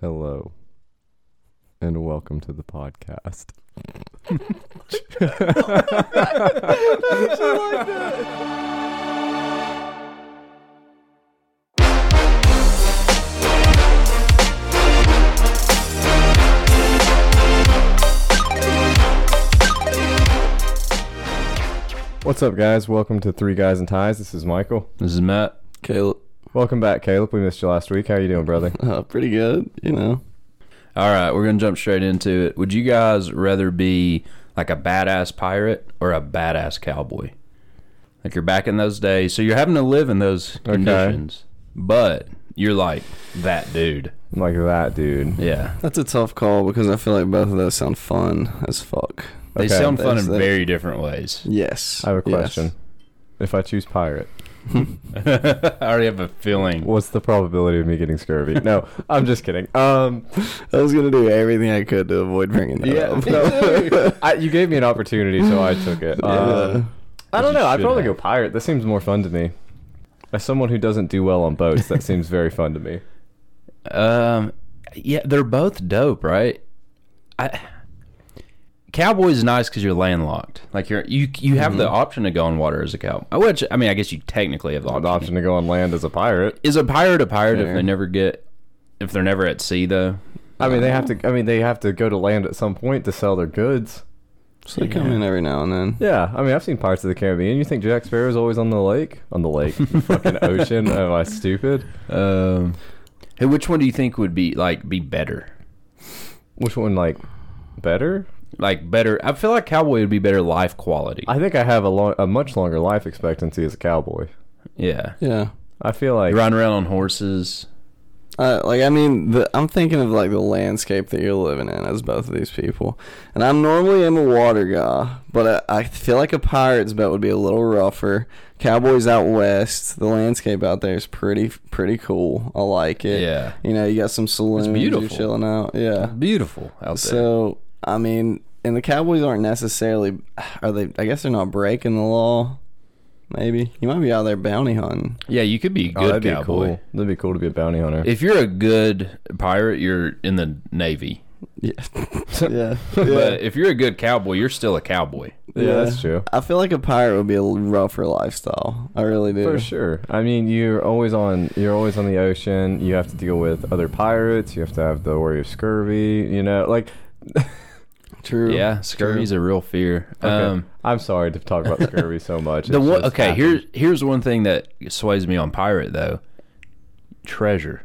Hello. And welcome to the podcast. What's up, guys? Welcome to Three Guys and Ties. This is Michael. This is Matt. Caleb, Welcome back, Caleb. We missed you last week. How you doing, brother? uh, pretty good, you know. All right, we're gonna jump straight into it. Would you guys rather be like a badass pirate or a badass cowboy? Like you're back in those days, so you're having to live in those conditions, but you're like that dude. I'm like that, dude. Yeah, That's a tough call because I feel like both of those sound fun as fuck. they Okay. sound fun in That's the- very different ways. Yes. I have a yes. question. If I choose pirate, I already have a feeling. what's the probability of me getting scurvy? No, I'm just kidding. Um, I was gonna do everything I could to avoid bringing that up. no. I, you gave me an opportunity, so I took it. Uh, Um, I don't You know. I'd should probably have. go pirate. That seems more fun to me. As someone who doesn't do well on boats, that seems very fun to me. Um, yeah, they're both dope, right? I Cowboys is nice because you're landlocked. Like you're you you have Mm-hmm. the option to go on water as a cow. uh, Which I mean, I guess you technically have the An option. option to go on land as a pirate. Is a pirate a pirate if Fair. they never get if they're never at sea though? I mean, they have to. I mean, they have to go to land at some point to sell their goods. So they come in every now and then. Yeah, I mean, I've seen Pirates of the Caribbean. You think Jack Sparrow's always on the lake? On the lake, the fucking ocean? Am I stupid? Um, hey, which one do you think would be like be better? Which one, like, better? Like better? I feel like cowboy would be better life quality. I think I have a long, a much longer life expectancy as a cowboy. yeah, Yeah. I feel like run around on horses. Uh, like I mean, the, I'm thinking of like the landscape that you're living in as both of these people, and I'm normally am a water guy, but I, I feel like a pirate's boat would be a little rougher. Cowboys out west, the landscape out there is pretty pretty cool. I like it. Yeah. you know, you got some saloons. beautiful. You're chilling out. Yeah. Beautiful out there. So I mean, and the Cowboys aren't necessarily are they? I guess they're not breaking the law. Maybe you might be out there bounty hunting. yeah, you could be a Oh, good that'd be cowboy. cool. That'd be cool to be a bounty hunter. If you're a good pirate, you're in the navy. Yeah. yeah. yeah. But if you're a good cowboy, you're still a cowboy. yeah, that's true. I feel like a pirate would be a rougher lifestyle. I really do. For sure. I mean, you're always on. You're always on the ocean. You have to deal with other pirates. You have to have the worry of scurvy. You know, like True. Yeah, scurvy's a real fear. okay. Um, I'm sorry to talk about scurvy so much. the It's one, just okay, happened. here's here's one thing that sways me on pirate though. Treasure,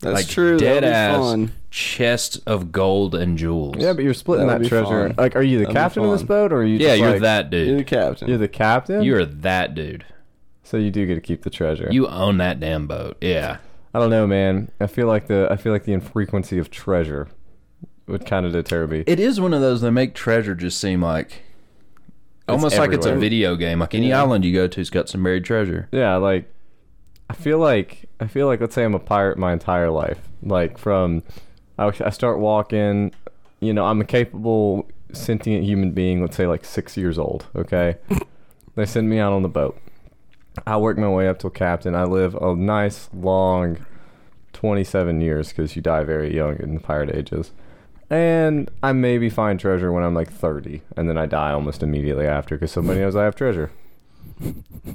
That's like true. That'd dead be ass fun. chest of gold and jewels. Yeah, but you're splitting That that, would be treasure. fun. Like, are you the That'd be captain of this fun. boat, or are you? yeah, just you're like- that You're the dude. captain. You're the captain. You're that dude. so you do get to keep the treasure. You own that damn boat. Yeah, I don't know, man. I feel like the I feel like the infrequency of treasure would kind of deter me. it is one of those that make treasure just seem like almost like it's a everywhere. video game. Like any island you go to's got some buried treasure. Yeah, like I feel like I feel like let's say I'm a pirate my entire life. Like from I, I start walking, you know, I'm a capable sentient human being, let's say like 6 years old, okay? they send me out on the boat. I work my way up to captain. I live a nice long 27 years cuz you die very young in the pirate ages. And I maybe find treasure when I'm like 30, and then I die almost immediately after because somebody knows I have treasure.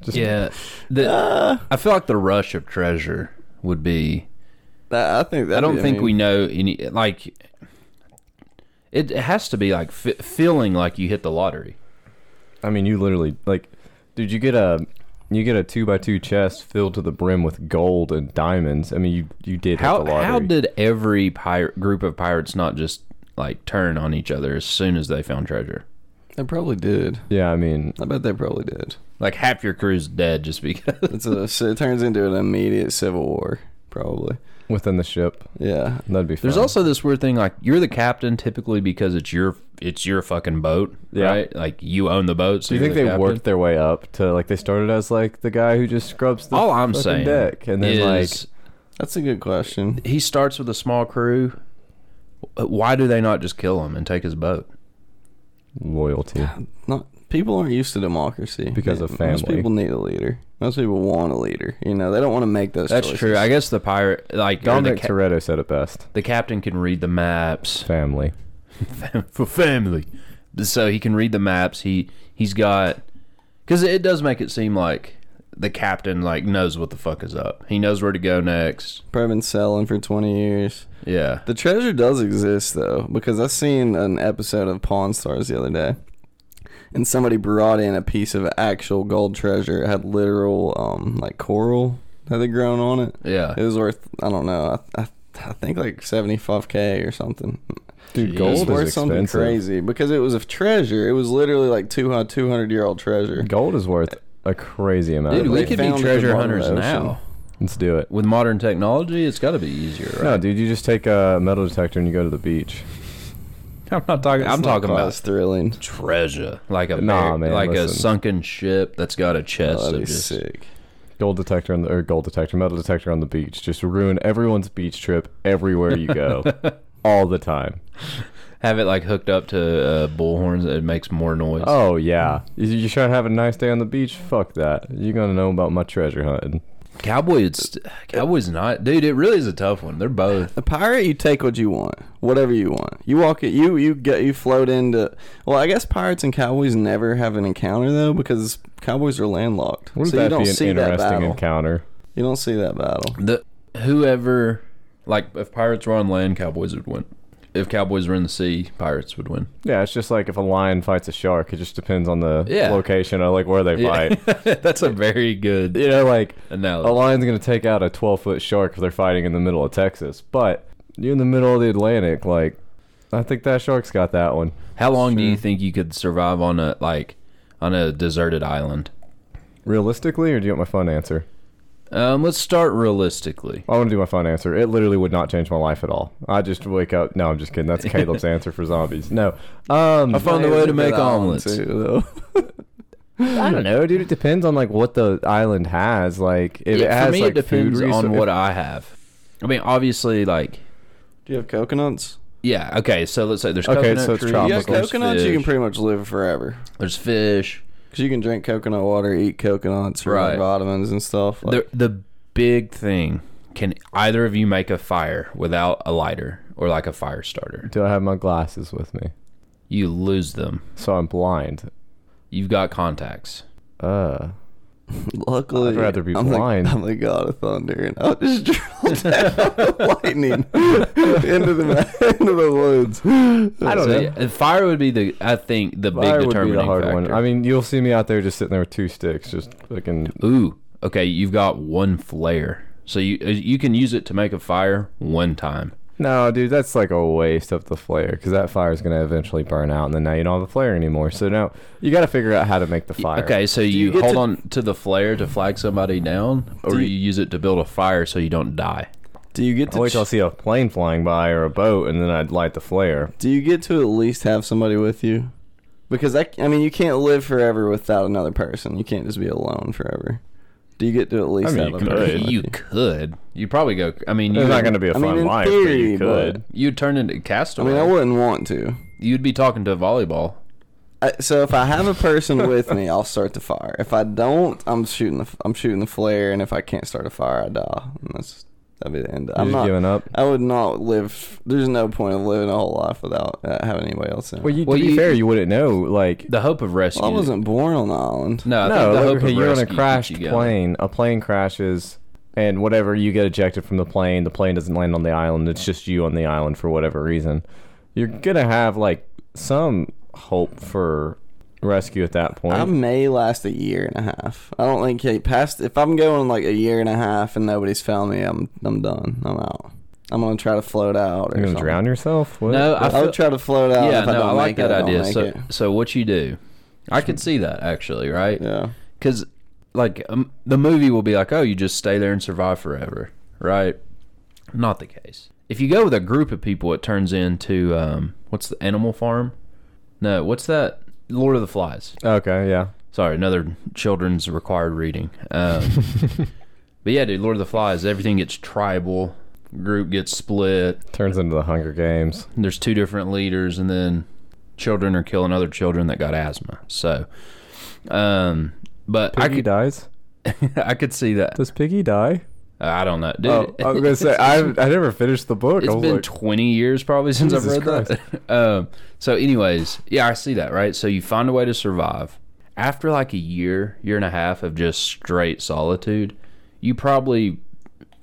Just Yeah, the, Uh, I feel like the rush of treasure would be. That- I think. I that'd don't be- think mean, we know any. Like, it has to be like f- feeling like you hit the lottery. I mean, you literally like, dude, you get a you get a two by two chest filled to the brim with gold and diamonds. I mean, you you did How hit the lottery. how did every pirate group of pirates not just like turn on each other as soon as they found treasure? They probably did. yeah, I mean, I bet they probably did. Like half your crew's dead just because. It's a. so it turns into an immediate civil war. Probably. within the ship, Yeah. that'd be. Fun. There's also this weird thing like you're the captain typically because it's your it's your fucking boat, Yeah. right? Like you own the boat. So Do you you're think the they captain. worked their way up to like they started as like the guy who just scrubs the All I'm fucking saying deck, and then like is That's a good question. he starts with a small crew. Why do they not just kill him and take his boat? loyalty. Not people aren't used to democracy Because of Most family. people need a leader. Most people want a leader. You know, they don't want to make those. That's choices. true. I guess the pirate, like or the, Dominic ca- Toretto said it best. the captain, can read the maps Family. for family, so he can read the maps. He he's got because it does make it seem like the captain like knows what the fuck is up. He knows where to go next. Bourbon selling for twenty years. Yeah, The treasure does exist though, because I seen an episode of Pawn Stars the other day, and somebody brought in a piece of actual gold treasure. It had literal, um, like coral that had grown on it. yeah. It was worth I don't know. I, I, I think like seventy five k or something. Dude, Jeez. It was gold worth is something expensive. crazy because it was a treasure. It was literally like two high two hundred year old treasure. Gold is worth a crazy amount. Dude, of we money. they could be found it treasure in the hunters ocean. now. Let's do it. With modern technology, it's got to be easier, right? No, dude, you just take a metal detector and you go to the beach. I'm not talking. I'm It's not talking quite about as thrilling. treasure, like a Nah, bar- man, like a listen. sunken ship that's got a chest That'd of be just. sick. Gold detector on the or gold detector, metal detector on the beach. Just ruin everyone's beach trip everywhere you go, all the time. Have it like hooked up to uh, bullhorns. It makes more noise. Oh yeah, you, you try to have a nice day on the beach. Fuck that. You're gonna know about my treasure hunting. Cowboy, it's Cowboy's not, dude. It really is a tough one. They're both. A pirate, you take what you want, whatever you want. You walk it. You you get you float into. Well, I guess pirates and cowboys never have an encounter though because cowboys are landlocked, Wouldn't so you that don't be an see that interesting battle. encounter? you don't see that battle. The whoever, like, if pirates were on land, Cowboys would win. If Cowboys were in the sea, pirates would win. Yeah, it's just like if a lion fights a shark. It just depends on the Yeah. location or like where they Yeah. fight. That's a very good you know, like a Oh. analogy. lion's gonna take out a 12 foot shark if they're fighting in the middle of Texas. But you're in the middle of the Atlantic, like I think that shark's got that one. How long do you think you could survive on a like on a deserted island? Realistically, or do you want my fun answer? Um, let's start realistically. I want to do my fun answer. It literally would not change my life at all. I just wake up. No, I'm just kidding. That's Caleb's answer for zombies. No, um, I found a way to make That one, omelets. too, though. I don't know, dude. It depends on like what the island has. Like if it Yeah, has for me, like it depends food resou- on if- what I have. I mean, obviously, like, Do you have coconuts? yeah, okay. So let's say there's Okay, coconut so it's trees, tropical. You Yeah, got there's coconuts, you can fish, pretty much live forever there's fish. because you can drink coconut water, eat coconuts, for like, Right. vitamins and stuff. Like, The the big thing can either of you make a fire without a lighter or like a fire starter? Do I have my glasses with me? You lose them. So I'm blind. You've got contacts. Uh, luckily, I'd rather be I'm blind. The, I'm the god of thunder, and I'll just drill down lightning into the into the woods. I don't So, know. yeah, and fire would be the I think the Fire would big be determining the hard factor. one. I mean, you'll see me out there just sitting there with two sticks, just fucking. Ooh, okay. You've got one flare, so you uh, you can use it to make a fire one time. No, dude, that's like a waste of the flare because that fire is gonna eventually burn out, and then now you don't have a flare anymore. So now you got to figure out how to make the fire. Okay, so you, you get hold to- on to the flare to flag somebody down, or Do you, you- use it to build a fire so you don't die. Do you get I to wait till I see a plane flying by or a boat, and then I'd light the flare. Do you get to at least have somebody with you? Because I, I mean, you can't live forever without another person. You can't just be alone forever. Do you get to at least I mean, have you a could. person? with You could. You probably go. I mean, you It's not gonna be a I fun mean, in life, but theory, you could. You'd turn into I castaway. mean, I wouldn't want to. You'd be talking to volleyball. I, so if I have a person with me, I'll start the fire. If I don't, I'm shooting the I'm shooting the flare, and if I can't start a fire, I die. And that's that'd be the end. You're I'm just not. giving up. I would not live. There's no point of living a whole life without uh, having anybody else in. it. Well, you, Well, to be you- fair, you wouldn't know. Like, The hope of rescue. Well, I wasn't born on the island. No, I no, think the like, hope okay, of you're on a rescue crashed keeps you going. plane. A plane crashes, and whatever you get ejected from the plane, the plane doesn't land on the island. It's just you on the island for whatever reason. You're gonna have like some hope for rescue at that point. I may last a year and a half. I don't think he past. If I'm going like a year and a half and nobody's found me, I'm I'm done. I'm out. I'm gonna try to float out You're or gonna something. drown yourself? What? No, I I feel, would try to float out. yeah, Oh, if I, no, don't I like make it, that I don't idea. make So, it. so what you do? I could see that actually, right? yeah, because like um, the movie will be like, oh, you just stay there and survive forever, right? Not the case. If you go with a group of people, it turns into um, what's the Animal Farm? No, what's that? Lord of the Flies. Okay, yeah. Sorry, another children's required reading. Um, but yeah, dude, Lord of the Flies. Everything gets tribal. Group gets split. Turns into the Hunger Games. There's two different leaders, and then children are killing other children that got asthma. So, um, but I Piggy could dies. I could see that. Does Piggy die? Uh, I don't know, dude. Oh, I was gonna say I I never finished the book. I It's was been like, 20 years probably since Jesus I've read that. um, so, anyways, yeah, I see that, right? So, you find a way to survive. After like a year, year and a half of just straight solitude, you probably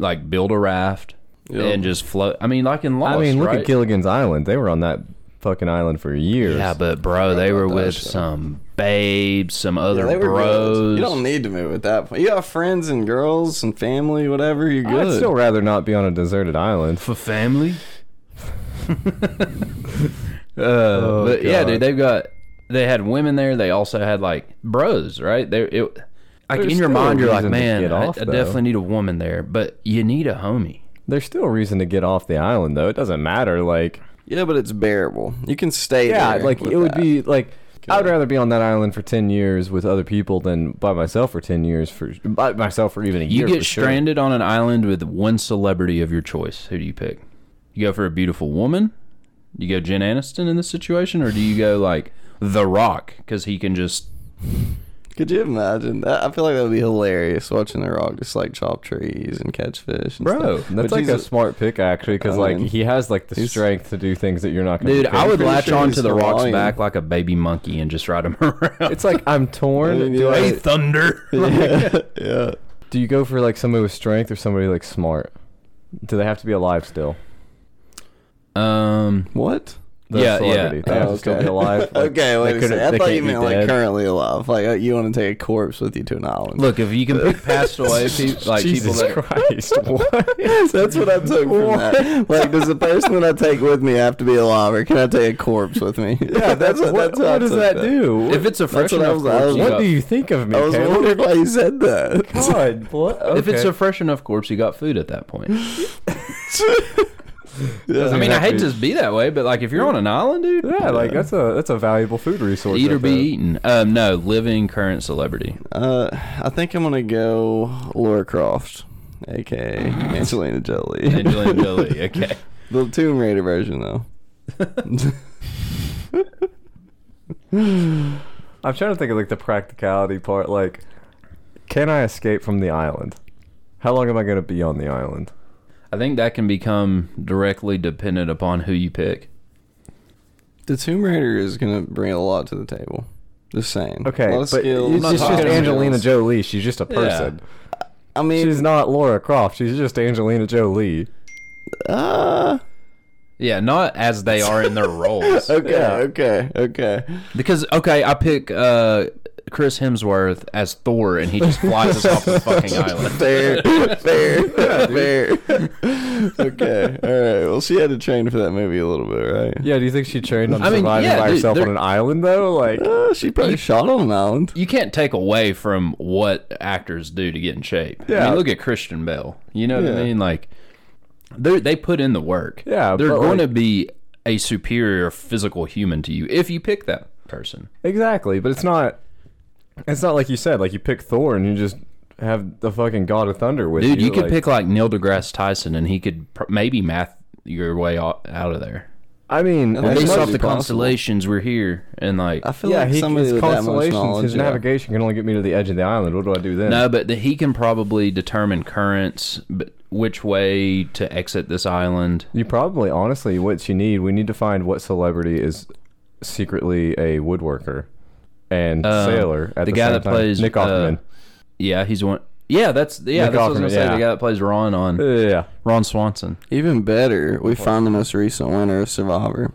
like build a raft and just float. I mean, like in Lost, I mean, look right? at Gilligan's Island. They were on that fucking island for years. yeah, but bro, they were that with shit. some babes, some Yeah, other they were bros. good. You don't need to move at that point. You got friends and girls and family, whatever. You're good. I'd still rather not be on a deserted island. for family. uh, but yeah, God. dude, they've got they had women there. They also had like bros, right? They it like There's in your still a mind, you're like, reason to man, get I, off, I though." definitely need a woman there, but you need a homie. There's still a reason to get off the island, though. It doesn't matter. Like, yeah, but it's bearable. You can stay yeah, there. like with it would that. be like I would rather be on that island for ten years with other people than by myself for ten years for by myself for even a You year. get for sure. stranded on an island with one celebrity of your choice. Who do you pick? You go for a beautiful woman. You go Jen Aniston in this situation, or do you go like The Rock because he can just Could you imagine that? I feel like that would be hilarious watching The Rock just like chop trees and catch fish. And bro? stuff. That's But like he's a smart pick actually, because I like mean, he has like the he's- strength to do things that you're not gonna. do. Dude, I would pretty latch sure on he's to the rock's Hawaiian. back like a baby monkey and just ride him around. It's like I'm torn. I mean, do, yeah. I, hey, thunder. yeah. do you go for like somebody with strength or somebody like smart? Do they have to be alive still? um, What? The Yeah, yeah. celebrity. They have Oh, to still be alive. Like, okay, they wait a couldn't- second. I they thought can't you be meant like dead. currently alive. Like uh, you want to take a corpse with you to an island. look, if you can pick passed away people, like Jesus people that Christ! What? That's what I took from that. Like, does the person that I take with me have to be alive, or can I take a corpse with me? Yeah, what, how I what does took that, do? if it's a fresh That's what I enough was- I corpse, was- you what got, do you think of me? I was Caleb? wondering why you said that. God, what? if it's a fresh enough corpse, you got food at that point. Yeah. I mean, I Exactly. hate to be that way, but like if you're on an island, dude, yeah, like that's a that's a valuable food resource. eat or right be there. eaten. Um, no, living current celebrity. Uh, I think I'm gonna go Laura Croft, aka Angelina Jolie. Angelina Jolie. Okay. the Tomb Raider version, though. I'm trying to think of like the practicality part. Like, can I escape from the island? How long am I gonna be on the island? I think that can become directly dependent upon who you pick. The Tomb Raider is gonna bring a lot to the table. Just saying. Okay, a lot but of skills. it's not just talking Angelina skills. Jolie. She's just a person. I mean, She's not Laura Croft. She's just Angelina Jolie. uh, Yeah, not as they are in their roles. okay, Yeah. okay, okay. Because okay, I pick uh, Chris Hemsworth as Thor, and he just flies us off the fucking island. Fair, fair, fair. okay, all right. Well, she had to train for that movie a little bit, right? Yeah, do you think she trained on I mean, surviving yeah, by dude, herself on they're- an island though? Like, Uh, she probably shot on an island. You can't take away from what actors do to get in shape. I Yeah. mean, look at Christian Bell. You know what Yeah. I mean? Like, they they put in the work. Yeah, they're but, going to like- be a superior physical human to you if you pick that person. Exactly, but it's not. It's not like you said. Like you pick Thor and you just have the fucking God of Thunder with Dude, you. you could like, pick like Neil deGrasse Tyson, and he could pr- maybe math your way out, out of there. I mean, That's it's Based might off be the possible. constellations, we're here, and like I feel yeah, like he, somebody his with that much constellations, knowledge. his yeah. navigation can only get me to the edge of the island. What do I do then? No, but the, he can probably determine currents, but which way to exit this island. You probably, honestly, what you need, we need to find what celebrity is secretly a woodworker and Um, sailor at the, the guy same that time. plays, Nick uh, Offerman. Yeah, he's one. Yeah, that's yeah. Nick that's what I was gonna Offerman, say. yeah. The guy that plays Ron on yeah, Ron Swanson. Even better, we found the most recent winner of Survivor.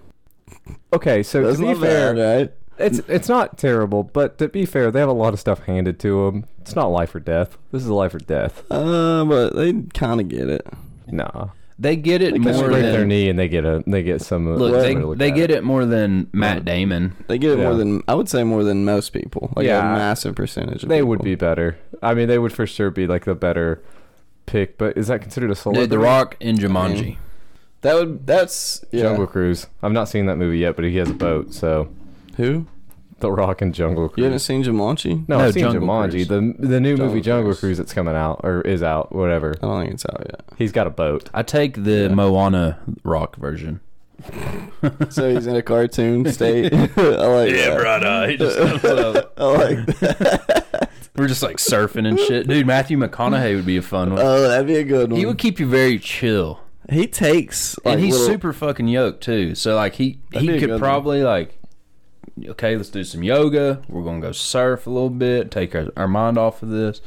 Okay, so That's to be not fair, bad, right? it's it's not terrible, but to be fair, they have a lot of stuff handed to them. It's not life or death. This is life or death. Uh, but they kind of get it. Nah. They get it They more break their than knee and they get a they get some. uh, look. They, something to look they at. get it more than Matt Damon. They get it more Yeah. than I would say more than most people. Like Yeah. a massive percentage. Of They would people. be better. I mean, they would for sure be like the better pick. But is that considered a celebrity? Dude, The Rock in Jumanji. That would. That's yeah. Jungle Cruise. I've not seen that movie yet, but he has a boat. So Who? The Rock and Jungle You haven't Cruise. seen Jumanchi? No, No, I've seen Jungle Jumanji. Cruise. The the new Jungle movie Jungle Cruise. Cruise. that's coming out or is out, whatever. I don't think it's out yet. He's got a boat. I take the Moana Rock version. so he's in a cartoon state. I like yeah, that. brother. He just comes up. I like that. We're just like surfing and shit, dude. Matthew McConaughey would be a fun Uh, one. Oh, that'd be a good one. He He, would keep you very chill, takes like and he's little- super fucking yoked too. So like he That'd be he a good could one. probably like, okay, let's do some yoga. We're gonna go surf a little bit, take our, our mind off of this.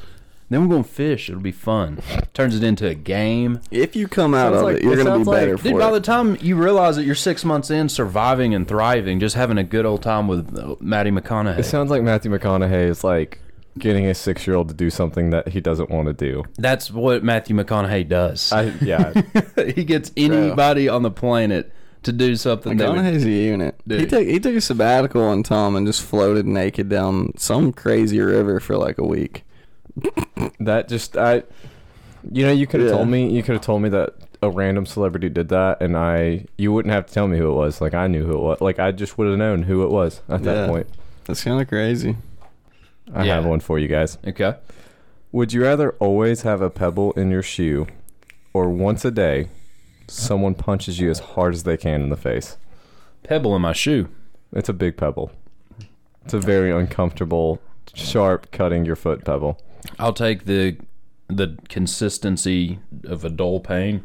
Then we're gonna fish. It'll be fun. Turns it into a game. If you come out Sounds of like- it, you're it gonna be sounds like- better for Dude, by it. the time you realize that you're six months in, surviving and thriving, just having a good old time with uh, Matty McConaughey. It sounds like Matthew McConaughey is like getting a six year old to do something that he doesn't want to do. That's what Matthew McConaughey does. I yeah. he gets anybody on the planet to do something. They would, McConaughey's a unit. He Dude. took he took a sabbatical on Tom and just floated naked down some crazy river for like a week. that just I you know, you could have Yeah. told me you could have told me that a random celebrity did that and I you wouldn't have to tell me who it was. Like I knew who it was. Like I just would have known who it was at that Yeah. point. That's kind of crazy. I Yeah. have one for you guys. okay. Would you rather always have a pebble in your shoe or once a day someone punches you as hard as they can in the face? Pebble in my shoe. It's a big pebble. It's a very uncomfortable, sharp, cutting your foot pebble. I'll take the the consistency of a dull pain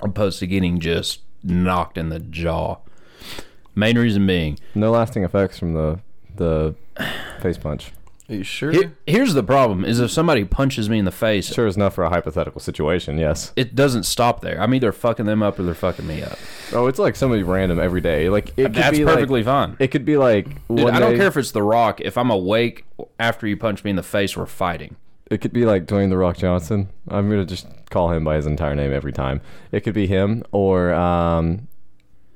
opposed to getting just knocked in the jaw. Main reason being, No lasting effects from the the face punch. Are you sure? here- here's the problem: is if somebody punches me in the face, Sure is enough for a hypothetical situation. Yes. it doesn't stop there. I'm either fucking them up or they're fucking me up. Oh, it's like somebody random every day. Like it could That's be perfectly Like, fine. it could be like Dude, one I don't day- care if it's The Rock. If I'm awake after you punch me in the face, we're fighting. It could be like Dwayne the Rock Johnson. I'm gonna just call him by his entire name every time. It could be him or um,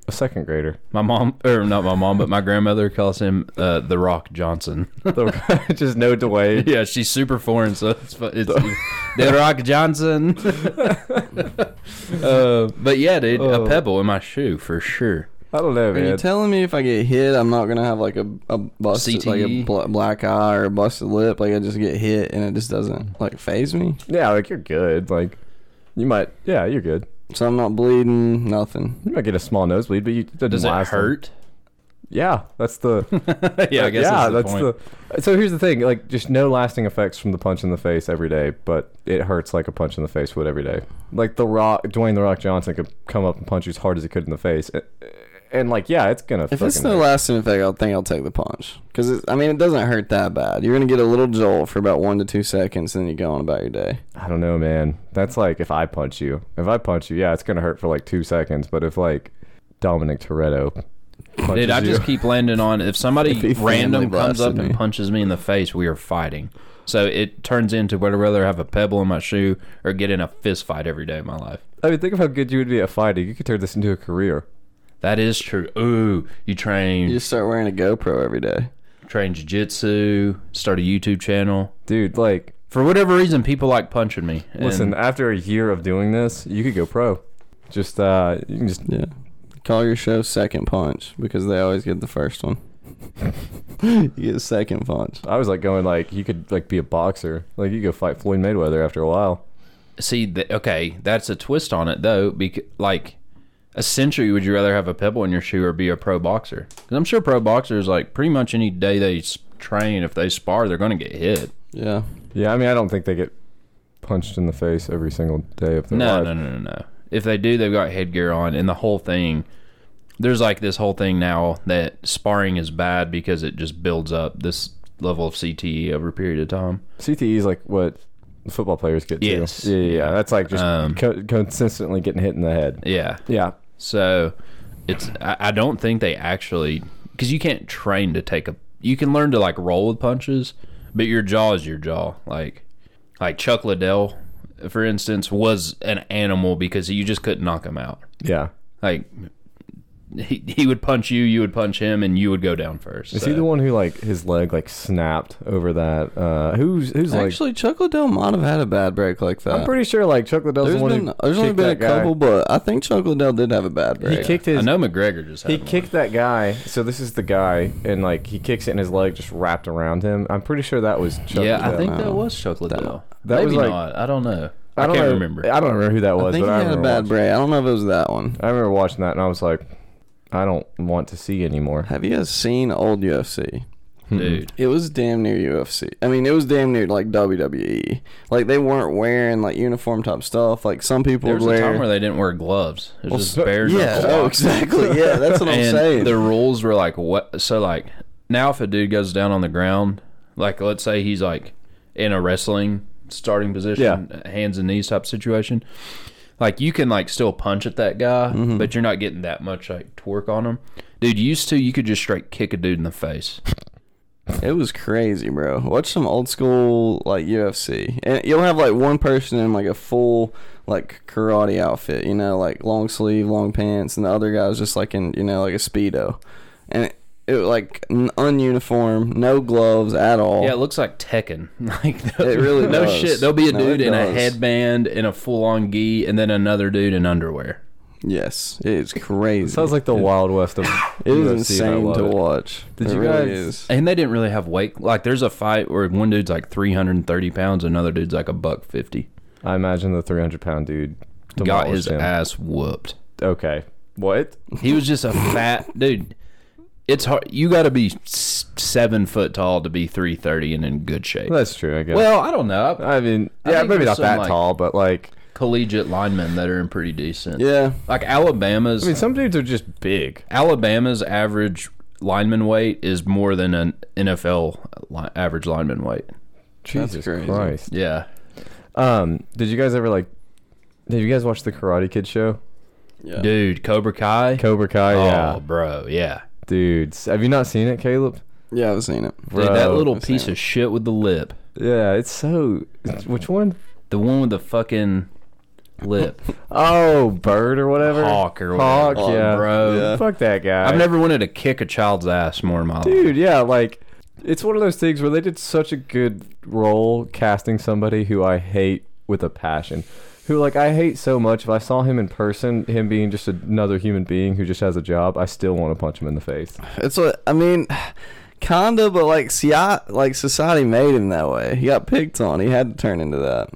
a second grader. My mom, or not my mom, but my grandmother calls him uh, The Rock Johnson. The- just no delay. yeah, she's super foreign, so it's, fu- it's The Rock Johnson. uh, but yeah, dude, a pebble in my shoe for sure. I don't know, Are you man. telling me if I get hit, I'm not gonna have like a a busted like a CTE? bl- black eye or a busted lip? Like I just get hit and it just doesn't like phase me. yeah, like you're good. Like you might. Yeah, you're good. So I'm not bleeding, nothing. You might get a small nosebleed, but you it doesn't Does it last long. hurt? Yeah, that's the yeah, I guess yeah, that's, the, point. the. So here's the thing, like just no lasting effects from the punch in the face every day, but it hurts like a punch in the face would every day. Like the Rock, Dwayne the Rock Johnson could come up and punch you as hard as he could in the face, and, and, like yeah, it's gonna. If it's fucking no hurt. lasting effect, I think I'll take the punch because I mean it doesn't hurt that bad. You're gonna get a little jolt for about one to two seconds, and then you go on about your day. I don't know, man. That's like if I punch you, if I punch you, yeah, it's gonna hurt for like two seconds, but if like Dominic Toretto. punches Dude, I you- just keep landing on if somebody If he random family comes up blasted and me. punches me in the face, we are fighting. So it turns into would I rather have a pebble in my shoe or get in a fist fight every day of my life. I mean, think of how good you would be at fighting. You could turn this into a career. That is true. Ooh, you train You just start wearing a GoPro every day. train jiu-jitsu, start a YouTube channel. Dude, like, For whatever reason, people like punching me. and- listen, after a year of doing this, you could go pro. Just, uh, you can just Yeah. Call your show Second Punch because they always get the first one. you get Second Punch. I was like going like you could like be a boxer. Like you go fight Floyd Mayweather after a while. see, th- okay, that's a twist on it though. Bec- like, essentially, would you rather have a pebble in your shoe or be a pro boxer? Because I'm sure pro boxers, like, pretty much any day they s- train, if they spar, they're going to get hit. Yeah. Yeah, I mean I don't think they get punched in the face every single day of their No, life. no, no, no, no. If they do, they've got headgear on, and the whole thing. There's like this whole thing now that sparring is bad because it just builds up this level of CTE over a period of time. CTE E is like what football players get Yes. too. Yeah, yeah, yeah. That's like just Um, co- consistently getting hit in the head. Yeah. Yeah. So it's I, I don't think they actually because you can't train to take a you can learn to like roll with punches, but your jaw is your jaw. Like like Chuck Liddell, for instance, was an animal because you just couldn't knock him out. Yeah. Like he, he would punch you, you would punch him, and you would go down first. Is so. he the one who like his leg like snapped over that uh who's who's like Actually, Chuck Liddell might have had a bad break like that. I'm pretty sure like Chuck Liddell's there's the one been, who there's only kicked been a that guy. couple, but I think Chuck Liddell did have a bad He break. kicked I his know McGregor just had He one. kicked that guy. So this is the guy, and like he kicks it, and his leg just wrapped around him. I'm pretty sure that was Chuck. Yeah, I Liddell. think No. that was Chuck Liddell. That Maybe was, like- not. I don't know. I, I don't can't know- remember. I don't remember who that was, I think but he I had a remember. bad watching, break. I don't know if it was that one. I remember watching that, and I was like, I don't want to see anymore. Have you guys seen old UFC? Mm-mm. dude. It was damn near UFC. I mean, it was damn near like WWE. Like they weren't wearing like uniform type stuff. Like some people There was wear. a time where they didn't wear gloves. It was Well, just so- bare yeah. knuckle Oh, boxing. exactly. Yeah, that's what I'm and saying. the rules were like what so like now if a dude goes down on the ground like let's say he's like in a wrestling starting position hands and knees type situation like you can like still punch at that guy Mm-hmm. but you're not getting that much like torque on him dude used to you could just straight kick a dude in the face It was crazy, bro. Watch some old school like UFC, and you'll have like one person in like a full like karate outfit, you know, like long sleeve, long pants, and the other guy's just like in you know like a speedo, and it, it like n- ununiform, no gloves at all. yeah it looks like tekken like It really no does. shit there'll be a No, dude it in a does. headband in a full-on gi and then another dude in underwear Yes, it is crazy. It sounds like the Wild West of it is UFC, and I insane love to it. watch. Did It you guys- really is. And they didn't really have weight. Like, there's a fight where one dude's like 330 pounds, another dude's like a buck 50. I imagine the 300 pound dude Got his demolished him. ass whooped. Okay, what? He was just a fat dude. It's hard. You got to be s- seven foot tall to be 330 and in good shape. That's true. I guess. Well, I don't know. I- I mean, I yeah, think maybe not there's some, that like- tall, but like, Collegiate linemen that are in pretty decent. Yeah, Like Alabama's I mean, some dudes are just big. Alabama's average lineman weight is more than an NFL li- average lineman weight. Jesus crazy. Christ. Yeah. Um, did you guys ever like? Did you guys watch the Karate Kid show? yeah. Dude, Cobra Kai. Cobra Kai. Oh, Yeah, bro. Yeah. dudes. Have you not seen it, Caleb? yeah, I've seen it. Bro. Dude, that little I've piece seen of shit with the lip. Yeah, it's so. Which one? The one with the fucking lip. Oh, Bird or whatever. Hawk or Hawk. whatever. Oh, yeah, bro. Yeah. Fuck that guy. I've never wanted to kick a child's ass more in my life. Dude, yeah, like it's one of those things where they did such a good role casting somebody who I hate with a passion. Who like I hate so much. If I saw him in person, him being just another human being who just has a job, I still want to punch him in the face. It's what I mean, kinda, but like, see, I, like society made him that way. He got picked on. He had to turn into that.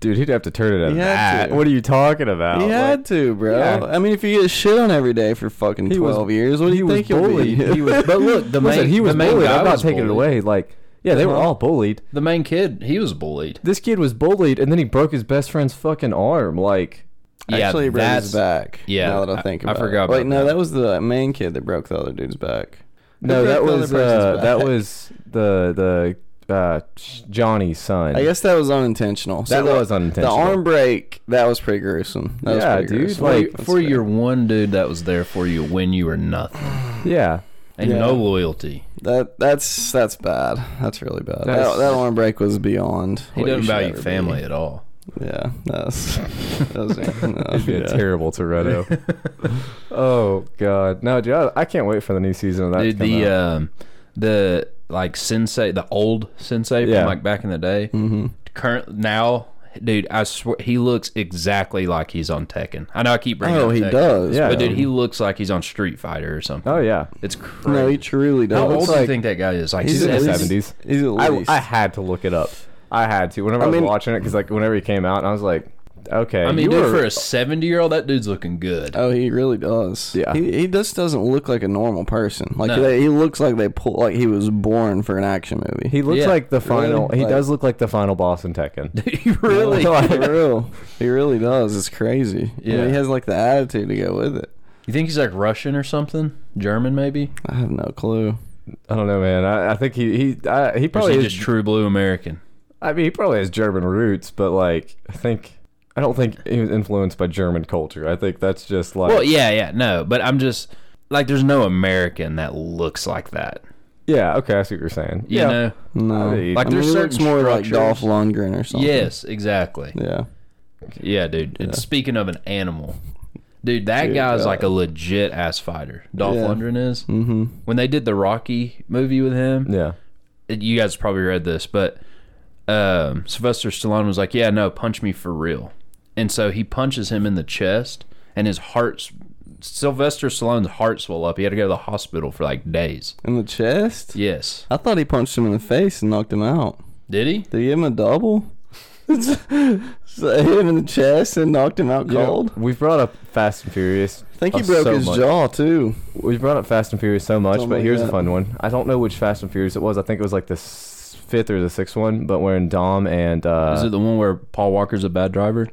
Dude, he'd have to turn it He into had that. to. What are you talking about? he had to, bro. Yeah. I mean, if you get shit on every day for fucking He was- twelve years, what do he you was think you'll be? bullied. He was- But look, the Like, listen, main he was the main bullied. guy I'm not was taking it bullied. away. Like, yeah, they were Uh-huh. all bullied. The main kid, he was bullied. This kid was bullied, and then he broke his best friend's fucking arm. Like, Actually, he yeah, broke that's his back. yeah, now that I I- think I about it. forgot Wait, about no, that. that was the main kid that broke the other dude's back. no, Who that broke the other was person's uh, that back? was the the uh, Johnny's son. I guess that was unintentional. So That the- was unintentional. The arm break that was pretty gruesome. That was Yeah, pretty dude, gruesome. like, for That's for fair. your one dude that was there for you when you were nothing Yeah. and Yeah. no loyalty. that that's that's bad. That's really bad. That's- that, that arm break was beyond. He what you doesn't should value ever be. family at all. Yeah, that's that was It'd be a yeah. terrible Toretto. oh god, no, dude, I, I can't wait for the new season of that. Dude, to come the out. uh, um, the like sensei, the old sensei Yeah. from like back in the day. Mm-hmm. current now, dude. I swear he looks exactly like he's on Tekken. I know I keep bringing. Oh, up he Tekken, does. Yeah. But dude, he looks like he's on Street Fighter or something. oh yeah, It's crazy. No, he truly does. How old looks do you like- think that guy is? Like he's in at his least- seventies. He's at I, least. I had to look it up. I had to. Whenever I, I was mean- watching it, because like whenever he came out, I was like, okay. I mean, you dude, were- for a seventy-year-old, that dude's looking good. oh, he really does. Yeah. He, he just doesn't look like a normal person. Like No. they, he looks like they pull like he was born for an action movie. he looks Yeah. like the final. He Like- does look like the final boss in Tekken. Dude, he really? Like, for real. He really does. It's crazy. Yeah. Yeah. he has like the attitude to go with it. You think he's like Russian or something? German, maybe? I have no clue. I don't know, man. I, I think he he I, he Or is probably he is. just true blue American? I mean, he probably has German roots, but like I think I don't think he was influenced by German culture. I think that's just like Well, yeah, yeah, no, but I'm just like, there's no American that looks like that. yeah. Okay, I see what you're saying. You yeah, know? No. I mean, Like, I mean, there's he looks certain more like structures- Dolph Lundgren or something. Yes, exactly. Yeah. Yeah, dude. And speaking of an animal, dude, that Dude, guy's uh, like a legit ass fighter. Dolph Yeah. Lundgren is. Mm-hmm. When they did the Rocky movie with him, yeah. it- you guys probably read this, but um, Sylvester Stallone was like, "Yeah, no, punch me for real." And so he punches him in the chest, and his heart's Sylvester Stallone's heart swelled up. He had to go to the hospital for like days. In the chest? Yes, I thought he punched him in the face and knocked him out. did he? Did he give him a double? So hit him in the chest and knocked him out You know, cold. We've brought up Fast and Furious. I think he Oh, broke so his much. jaw too. We've brought up Fast and Furious so much, Something but like here's that. a fun one. I don't know which Fast and Furious it was. I think it was like the s- fifth or the sixth one, but when Dom and uh, Is it the one where Paul Walker's a bad driver?